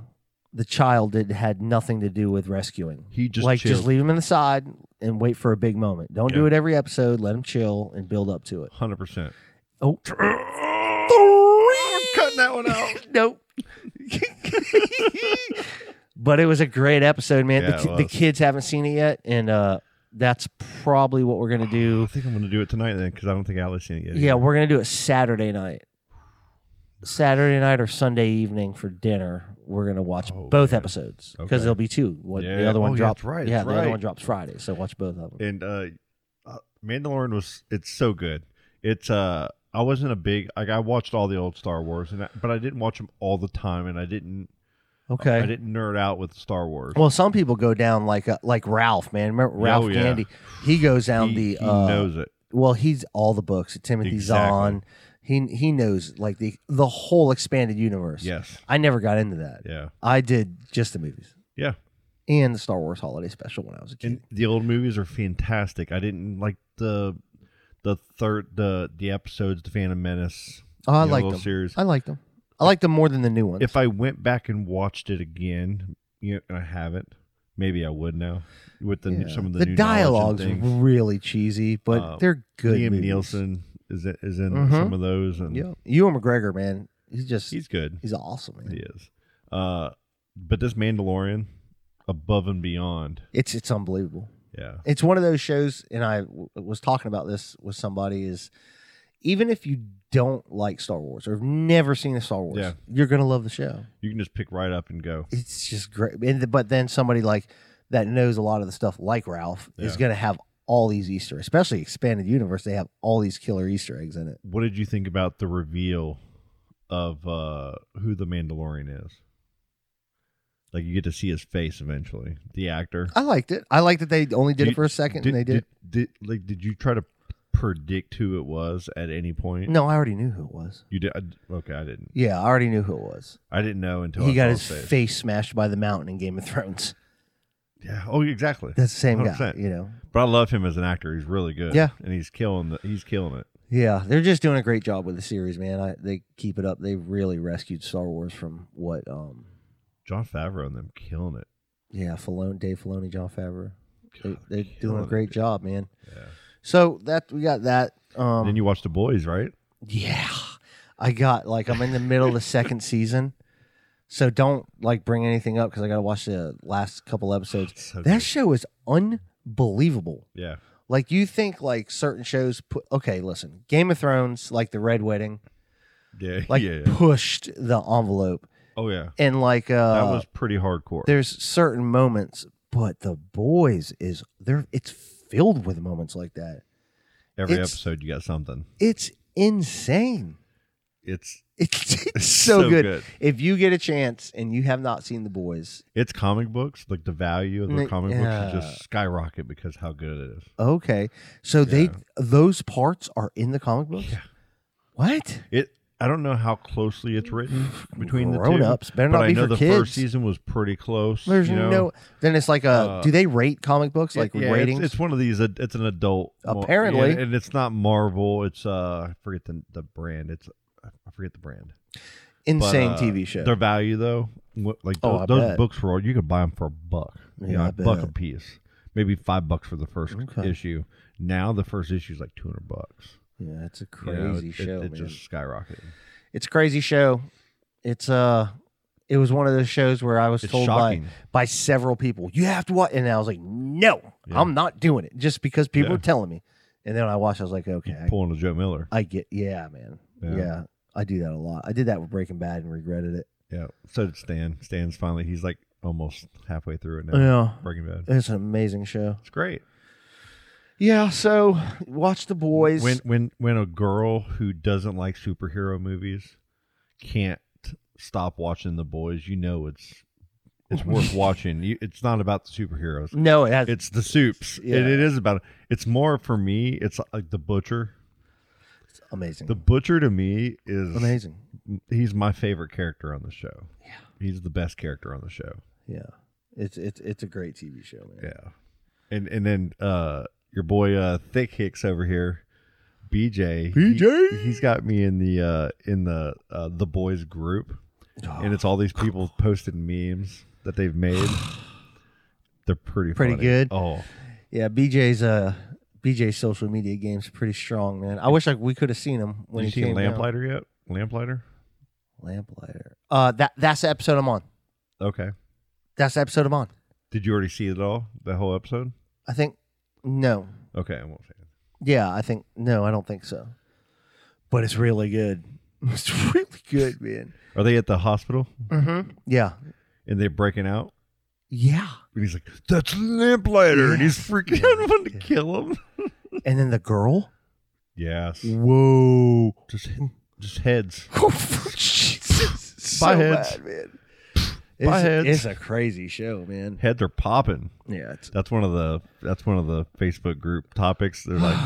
Speaker 5: the child did, had nothing to do with rescuing.
Speaker 7: He just
Speaker 5: like just
Speaker 7: chilled.
Speaker 5: leave him in the side and wait for a big moment. Don't do
Speaker 7: Yeah.
Speaker 5: it every episode. Let him chill and build up to it.
Speaker 7: Hundred percent.
Speaker 5: Oh,
Speaker 7: cutting that one out.
Speaker 5: nope. but it was a great episode, man.
Speaker 7: Yeah,
Speaker 5: the,
Speaker 7: it
Speaker 5: ki- the
Speaker 7: was.
Speaker 5: kids haven't seen it yet, and uh that's probably what we're gonna do.
Speaker 7: I think I'm gonna do it tonight then because I don't think Ali's seen it yet.
Speaker 5: Yeah, we're gonna do it Saturday night. Saturday night or Sunday evening for dinner, we're gonna watch both episodes because
Speaker 7: Oh, Okay.
Speaker 5: there'll be two. What the
Speaker 7: Yeah.
Speaker 5: other one
Speaker 7: Oh, yeah,
Speaker 5: drops
Speaker 7: that's right,
Speaker 5: Yeah,
Speaker 7: that's
Speaker 5: the other
Speaker 7: right.
Speaker 5: one drops Friday, so watch both of them.
Speaker 7: and uh, uh Mandalorian was it's so good. It's uh I wasn't a big like I watched all the old Star Wars and I, but I didn't watch them all the time and I didn't
Speaker 5: Okay.
Speaker 7: I didn't nerd out with Star Wars.
Speaker 5: Well, some people go down like uh, like Ralph, man. Remember
Speaker 7: Oh,
Speaker 5: Ralph
Speaker 7: yeah.
Speaker 5: Gandy? He goes down
Speaker 7: He-
Speaker 5: the.
Speaker 7: he
Speaker 5: uh,
Speaker 7: knows it.
Speaker 5: Well, he's all the books. Timothy
Speaker 7: Exactly.
Speaker 5: Zahn. He he knows like the the whole expanded universe.
Speaker 7: Yes.
Speaker 5: I never got into that.
Speaker 7: Yeah.
Speaker 5: I did just the movies.
Speaker 7: Yeah.
Speaker 5: And the Star Wars Holiday Special when I was a kid.
Speaker 7: And the old movies are fantastic. I didn't like the the third the the episodes, the Phantom Menace.
Speaker 5: Oh, I
Speaker 7: the
Speaker 5: liked
Speaker 7: little
Speaker 5: them.
Speaker 7: Series.
Speaker 5: I liked them. I liked them more than the new ones.
Speaker 7: If I went back and watched it again, you know, and I haven't, maybe I would now. With the new-
Speaker 5: Yeah.
Speaker 7: some of the,
Speaker 5: the
Speaker 7: new knowledge
Speaker 5: dialogue's
Speaker 7: and things.
Speaker 5: really cheesy, but
Speaker 7: Uh,
Speaker 5: they're good.
Speaker 7: Liam
Speaker 5: movies.
Speaker 7: Nielsen is i- is in
Speaker 5: Mhm.
Speaker 7: some of those, and
Speaker 5: Yeah. Ewan McGregor, man, he's just
Speaker 7: he's good.
Speaker 5: he's awesome, man.
Speaker 7: He is. Uh, but this Mandalorian, above and beyond.
Speaker 5: It's it's unbelievable.
Speaker 7: Yeah.
Speaker 5: It's one of those shows, and I w- was talking about this with somebody. Is even if you don't like Star Wars or have never seen a Star Wars,
Speaker 7: Yeah.
Speaker 5: you're gonna love the show.
Speaker 7: You can just pick right up and go.
Speaker 5: It's just great. And th- but then somebody like that knows a lot of the stuff, like Ralph, is
Speaker 7: Yeah.
Speaker 5: gonna have all these Easter, especially expanded universe. They have all these killer Easter eggs in it.
Speaker 7: What did you think about the reveal of uh, who the Mandalorian is? Like you get to see his face eventually. The actor.
Speaker 5: I liked it. I liked that they only did it for a second, and they did.
Speaker 7: did. Like, did you try to predict who it was at any point?
Speaker 5: No, I already knew who it was.
Speaker 7: You did. I- Okay, I didn't.
Speaker 5: Yeah, I already knew who it was.
Speaker 7: I didn't know until
Speaker 5: he
Speaker 7: I
Speaker 5: got
Speaker 7: saw
Speaker 5: his
Speaker 7: face.
Speaker 5: face. smashed by the mountain in Game of Thrones.
Speaker 7: Yeah. Oh, exactly.
Speaker 5: That's the same guy,
Speaker 7: 100%.
Speaker 5: you know.
Speaker 7: But I love him as an actor. He's really good.
Speaker 5: Yeah.
Speaker 7: And he's killing the, he's killing it.
Speaker 5: Yeah, they're just doing a great job with the series, man. I, they keep it up. They really rescued Star Wars from what? Um,
Speaker 7: John Favreau and them killing it.
Speaker 5: yeah, Filoni, Dave Filoni, John Favreau. They, they're doing
Speaker 7: killing
Speaker 5: a
Speaker 7: it,
Speaker 5: great job, man. Yeah. So that we got that. Um,
Speaker 7: then you watch The Boys, right?
Speaker 5: Yeah. I got like I'm in the middle of the second season. So don't like bring anything up because I gotta watch the last couple episodes. that show is unbelievable.
Speaker 7: Yeah.
Speaker 5: Like you think like certain shows put okay, listen, Game of Thrones, like the Red Wedding,
Speaker 7: Yeah.
Speaker 5: like
Speaker 7: yeah.
Speaker 5: pushed the envelope.
Speaker 7: Oh yeah.
Speaker 5: And like uh
Speaker 7: that was pretty hardcore.
Speaker 5: there's certain moments, but the boys is there it's filled with moments like that.
Speaker 7: Every
Speaker 5: it's-
Speaker 7: episode you got something.
Speaker 5: It's insane.
Speaker 7: it's
Speaker 5: it's, it's so, good. If you get a chance and you have not seen The Boys,
Speaker 7: It's comic books, like the value of the
Speaker 5: Like,
Speaker 7: comic books
Speaker 5: yeah.
Speaker 7: will just skyrocket because how good it is.
Speaker 5: okay. So they those parts are in the comic books. What?
Speaker 7: It I don't know how closely it's written between the two.
Speaker 5: Grown-ups. Better
Speaker 7: but
Speaker 5: not
Speaker 7: I
Speaker 5: be
Speaker 7: know
Speaker 5: for
Speaker 7: the
Speaker 5: kids.
Speaker 7: first season was pretty close.
Speaker 5: There's
Speaker 7: you know?
Speaker 5: no. Then it's like a.
Speaker 7: Uh,
Speaker 5: do they rate comic books
Speaker 7: Yeah,
Speaker 5: like
Speaker 7: yeah, it's-
Speaker 5: ratings?
Speaker 7: It's, one of these. uh, It's an adult. mo-
Speaker 5: Apparently.
Speaker 7: and, and it's not Marvel. It's uh, I forget the the brand. It's I forget the brand.
Speaker 5: Insane
Speaker 7: uh,
Speaker 5: TV show.
Speaker 7: Their value though, what, like
Speaker 5: Oh,
Speaker 7: tho-
Speaker 5: I
Speaker 7: those,
Speaker 5: bet.
Speaker 7: books were you could buy them for a buck. you
Speaker 5: Yeah,
Speaker 7: know,
Speaker 5: I
Speaker 7: a buck a
Speaker 5: bet.
Speaker 7: piece, maybe five bucks for the first
Speaker 5: Okay.
Speaker 7: issue. Now the first issue is like two hundred bucks.
Speaker 5: Yeah, it's a
Speaker 7: You know,
Speaker 5: crazy
Speaker 7: it-
Speaker 5: show.
Speaker 7: It, it
Speaker 5: man.
Speaker 7: just skyrocketed.
Speaker 5: it's a crazy show. It's uh it was one of those shows where I was
Speaker 7: It's
Speaker 5: told
Speaker 7: shocking.
Speaker 5: by, by several people, you have to watch and I was like, No, I'm not doing it just because people
Speaker 7: Yeah.
Speaker 5: are telling me. And then when I watched, I was like, Okay, I,
Speaker 7: Pulling a Joe Miller.
Speaker 5: I get yeah, man.
Speaker 7: Yeah.
Speaker 5: Yeah. I do that a lot. I did that with Breaking Bad and regretted it.
Speaker 7: Yeah. So did Stan. Stan's finally. He's like almost halfway through it now. Breaking Bad.
Speaker 5: It's an amazing show.
Speaker 7: It's great.
Speaker 5: Yeah, so watch the boys.
Speaker 7: when when when a girl who doesn't like superhero movies can't stop watching the boys you know it's it's worth watching you, it's not about the superheroes
Speaker 5: No, it has-
Speaker 7: it's the soups
Speaker 5: Mm. Yeah.
Speaker 7: it, it is about it's more for me it's like the butcher
Speaker 5: it's amazing.
Speaker 7: the butcher to me is
Speaker 5: Amazing.
Speaker 7: he's my favorite character on the show yeah he's the best character on the show
Speaker 5: yeah. It's it's it's a great TV show, man.
Speaker 7: yeah. And and then uh your boy uh Thick Hicks over here, BJ. BJ he, has got me in the uh in the uh the boys group.
Speaker 5: Oh.
Speaker 7: And it's all these people posted memes that they've made. They're pretty
Speaker 5: pretty
Speaker 7: funny.
Speaker 5: good.
Speaker 7: Oh.
Speaker 5: yeah, BJ's uh BJ's social media game's pretty strong, man. I wish like we could have seen him when
Speaker 7: When you
Speaker 5: he
Speaker 7: seen
Speaker 5: came down.
Speaker 7: Lamplighter yet? Lamplighter?
Speaker 5: Lamplighter. Uh, that that's the episode I'm on.
Speaker 7: Okay.
Speaker 5: That's the episode I'm on.
Speaker 7: Did you already see it all? That whole episode?
Speaker 5: I think no.
Speaker 7: Okay, I won't say it.
Speaker 5: Yeah, I think no. I don't think so. But it's really good. It's really good, man.
Speaker 7: Are they at the hospital?
Speaker 5: Mm-hmm. Yeah,
Speaker 7: And they're breaking out?
Speaker 5: yeah.
Speaker 7: And he's like, That's Lamplighter and he's freaking out I want to kill him.
Speaker 5: and then the girl.
Speaker 7: Yes.
Speaker 5: Whoa.
Speaker 7: Just just heads.
Speaker 5: so
Speaker 7: Bye
Speaker 5: Oh,
Speaker 7: heads.
Speaker 5: bad, man.
Speaker 7: Bye,
Speaker 5: It's-
Speaker 7: heads.
Speaker 5: it's a crazy show, man.
Speaker 7: heads are popping.
Speaker 5: Yeah, it's-
Speaker 7: that's one of the that's one of the Facebook group topics. They're like,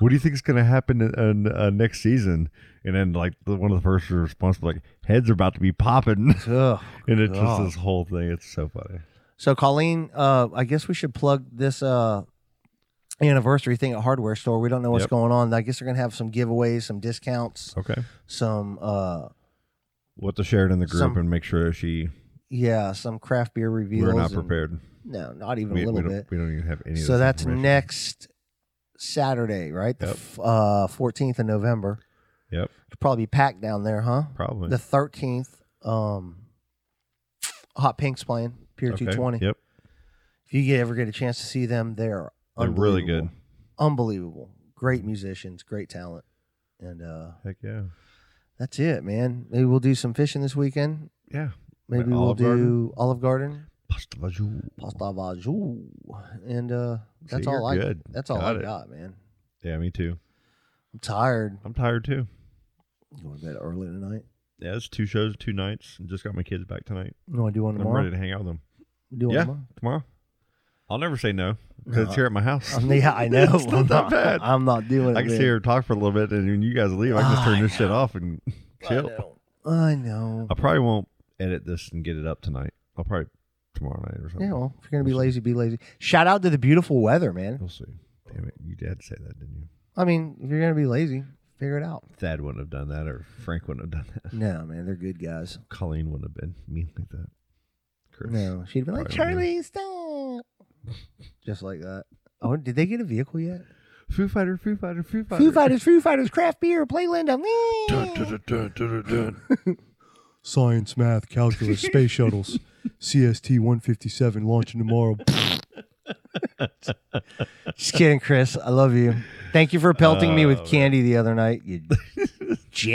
Speaker 7: "What do you think is going to happen in, uh, next season?" And then like the, one of the first responses like, "Heads are about to be popping,"
Speaker 5: Ugh,
Speaker 7: and it's just
Speaker 5: God.
Speaker 7: this whole thing. It's so funny.
Speaker 5: So Colleen, uh, I guess we should plug this uh, anniversary thing at Hardware Store. We don't know what's
Speaker 7: Yep.
Speaker 5: going on. I guess they're gonna have some giveaways, some discounts,
Speaker 7: Okay,
Speaker 5: some uh,
Speaker 7: we'll have to share it in the group
Speaker 5: Some-
Speaker 7: and make sure she
Speaker 5: yeah, some craft beer reviews.
Speaker 7: we're not
Speaker 5: and-
Speaker 7: prepared.
Speaker 5: no, not even
Speaker 7: We-
Speaker 5: a
Speaker 7: we
Speaker 5: little
Speaker 7: don't-
Speaker 5: bit.
Speaker 7: we don't even have any of
Speaker 5: So
Speaker 7: this
Speaker 5: that's
Speaker 7: information.
Speaker 5: next Saturday, right? The
Speaker 7: Yep.
Speaker 5: f- uh, 14th of November.
Speaker 7: Yep,
Speaker 5: Could probably be packed down there, huh?
Speaker 7: Probably.
Speaker 5: The 13th, um, Hot Pink's playing Pier
Speaker 7: Okay,
Speaker 5: 220.
Speaker 7: Yep,
Speaker 5: If you get- ever get a chance to see them, they're
Speaker 7: they're really
Speaker 5: unbelievable.
Speaker 7: good.
Speaker 5: unbelievable. Great musicians, great talent. And uh
Speaker 7: Heck yeah,
Speaker 5: that's it, man. Maybe we'll do some fishing this weekend.
Speaker 7: yeah.
Speaker 5: Maybe
Speaker 7: At
Speaker 5: we'll
Speaker 7: Olive
Speaker 5: do
Speaker 7: Garden.
Speaker 5: Olive Garden.
Speaker 7: Pasta Vajou.
Speaker 5: Pasta Vajou. And uh that's
Speaker 7: See,
Speaker 5: all
Speaker 7: you're
Speaker 5: I
Speaker 7: good.
Speaker 5: that's all
Speaker 7: Got
Speaker 5: I
Speaker 7: it.
Speaker 5: got, man.
Speaker 7: Yeah, me too.
Speaker 5: I'm tired.
Speaker 7: I'm tired too.
Speaker 5: going to bed early tonight.
Speaker 7: Yeah, it's two shows, two nights. Just got my kids back tonight.
Speaker 5: You wanna do one
Speaker 7: I'm
Speaker 5: tomorrow?
Speaker 7: ready to hang out with them.
Speaker 5: We do one
Speaker 7: yeah,
Speaker 5: tomorrow?
Speaker 7: I'll never say no because it's
Speaker 5: No,
Speaker 7: here at my house.
Speaker 5: I'm- yeah, Uh, I know.
Speaker 7: it's not
Speaker 5: I'm
Speaker 7: that
Speaker 5: not-
Speaker 7: bad.
Speaker 5: I'm not doing it,
Speaker 7: I can
Speaker 5: man.
Speaker 7: sit here and talk for a little bit, and when you guys leave, I can just
Speaker 5: Ah,
Speaker 7: turn
Speaker 5: I
Speaker 7: this shit off and chill.
Speaker 5: I know.
Speaker 7: I probably won't edit this and get it up tonight. I'll probably tomorrow night or something.
Speaker 5: Yeah, well, if you're gonna be lazy, be lazy. Shout out to the beautiful weather, man.
Speaker 7: We'll see. Damn it, you did say that, didn't you?
Speaker 5: I mean, if you're gonna be lazy, figure it out.
Speaker 7: Thad wouldn't have done that, or Frank wouldn't have done that.
Speaker 5: No, man, they're good guys.
Speaker 7: Colleen wouldn't have been mean like that. Chris
Speaker 5: No, she'd be like,
Speaker 7: probably wouldn't
Speaker 5: Charlie, stop. Just like that. Oh, did they get a vehicle yet?
Speaker 7: have. Foo Fighter, Foo Fighter, Foo Fighter.
Speaker 5: Foo Fighters, Foo Fighters, craft beer, play Linda.
Speaker 14: Science, math, calculus, space shuttles, CST 157 launching tomorrow.
Speaker 5: Just kidding, Chris. I love you. Thank you for pelting me
Speaker 7: Oh,
Speaker 5: with
Speaker 7: man.
Speaker 5: candy the other night. You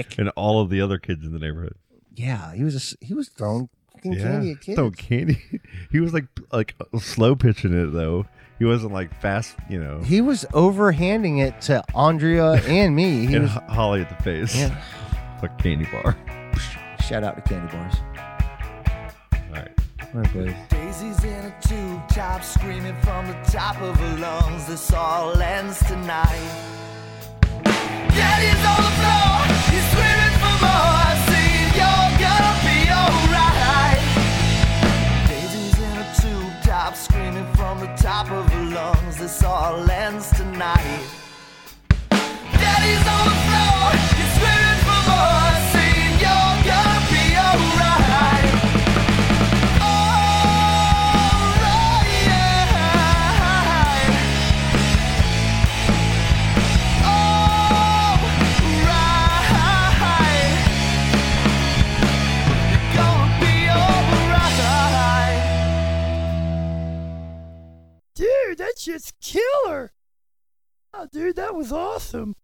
Speaker 5: Jick.
Speaker 7: And all of the other kids in the neighborhood.
Speaker 5: Yeah, he was a s he was throwing fucking
Speaker 7: Yeah,
Speaker 5: candy at kids.
Speaker 7: throwing candy. He was like like slow pitching it though. He wasn't like fast, you know.
Speaker 5: He was overhanding it to Andrea and me. He
Speaker 7: and
Speaker 5: was
Speaker 7: Ho- Holly at the face.
Speaker 5: Yeah.
Speaker 7: a candy bar.
Speaker 5: Shout out to candy bars.
Speaker 7: All right.
Speaker 5: All right, boys.
Speaker 4: Daisy's in a tube top, screaming from the top of her lungs. This all ends tonight. Daddy's on the floor, he's screaming for more. I see you're gonna be alright. Daisy's in a tube top, screaming from the top of her lungs. This all ends tonight. Daddy's on the floor, he's screaming for more. I see you're gonna be alright.
Speaker 15: Dude, that shit's killer. Oh, dude, that was awesome.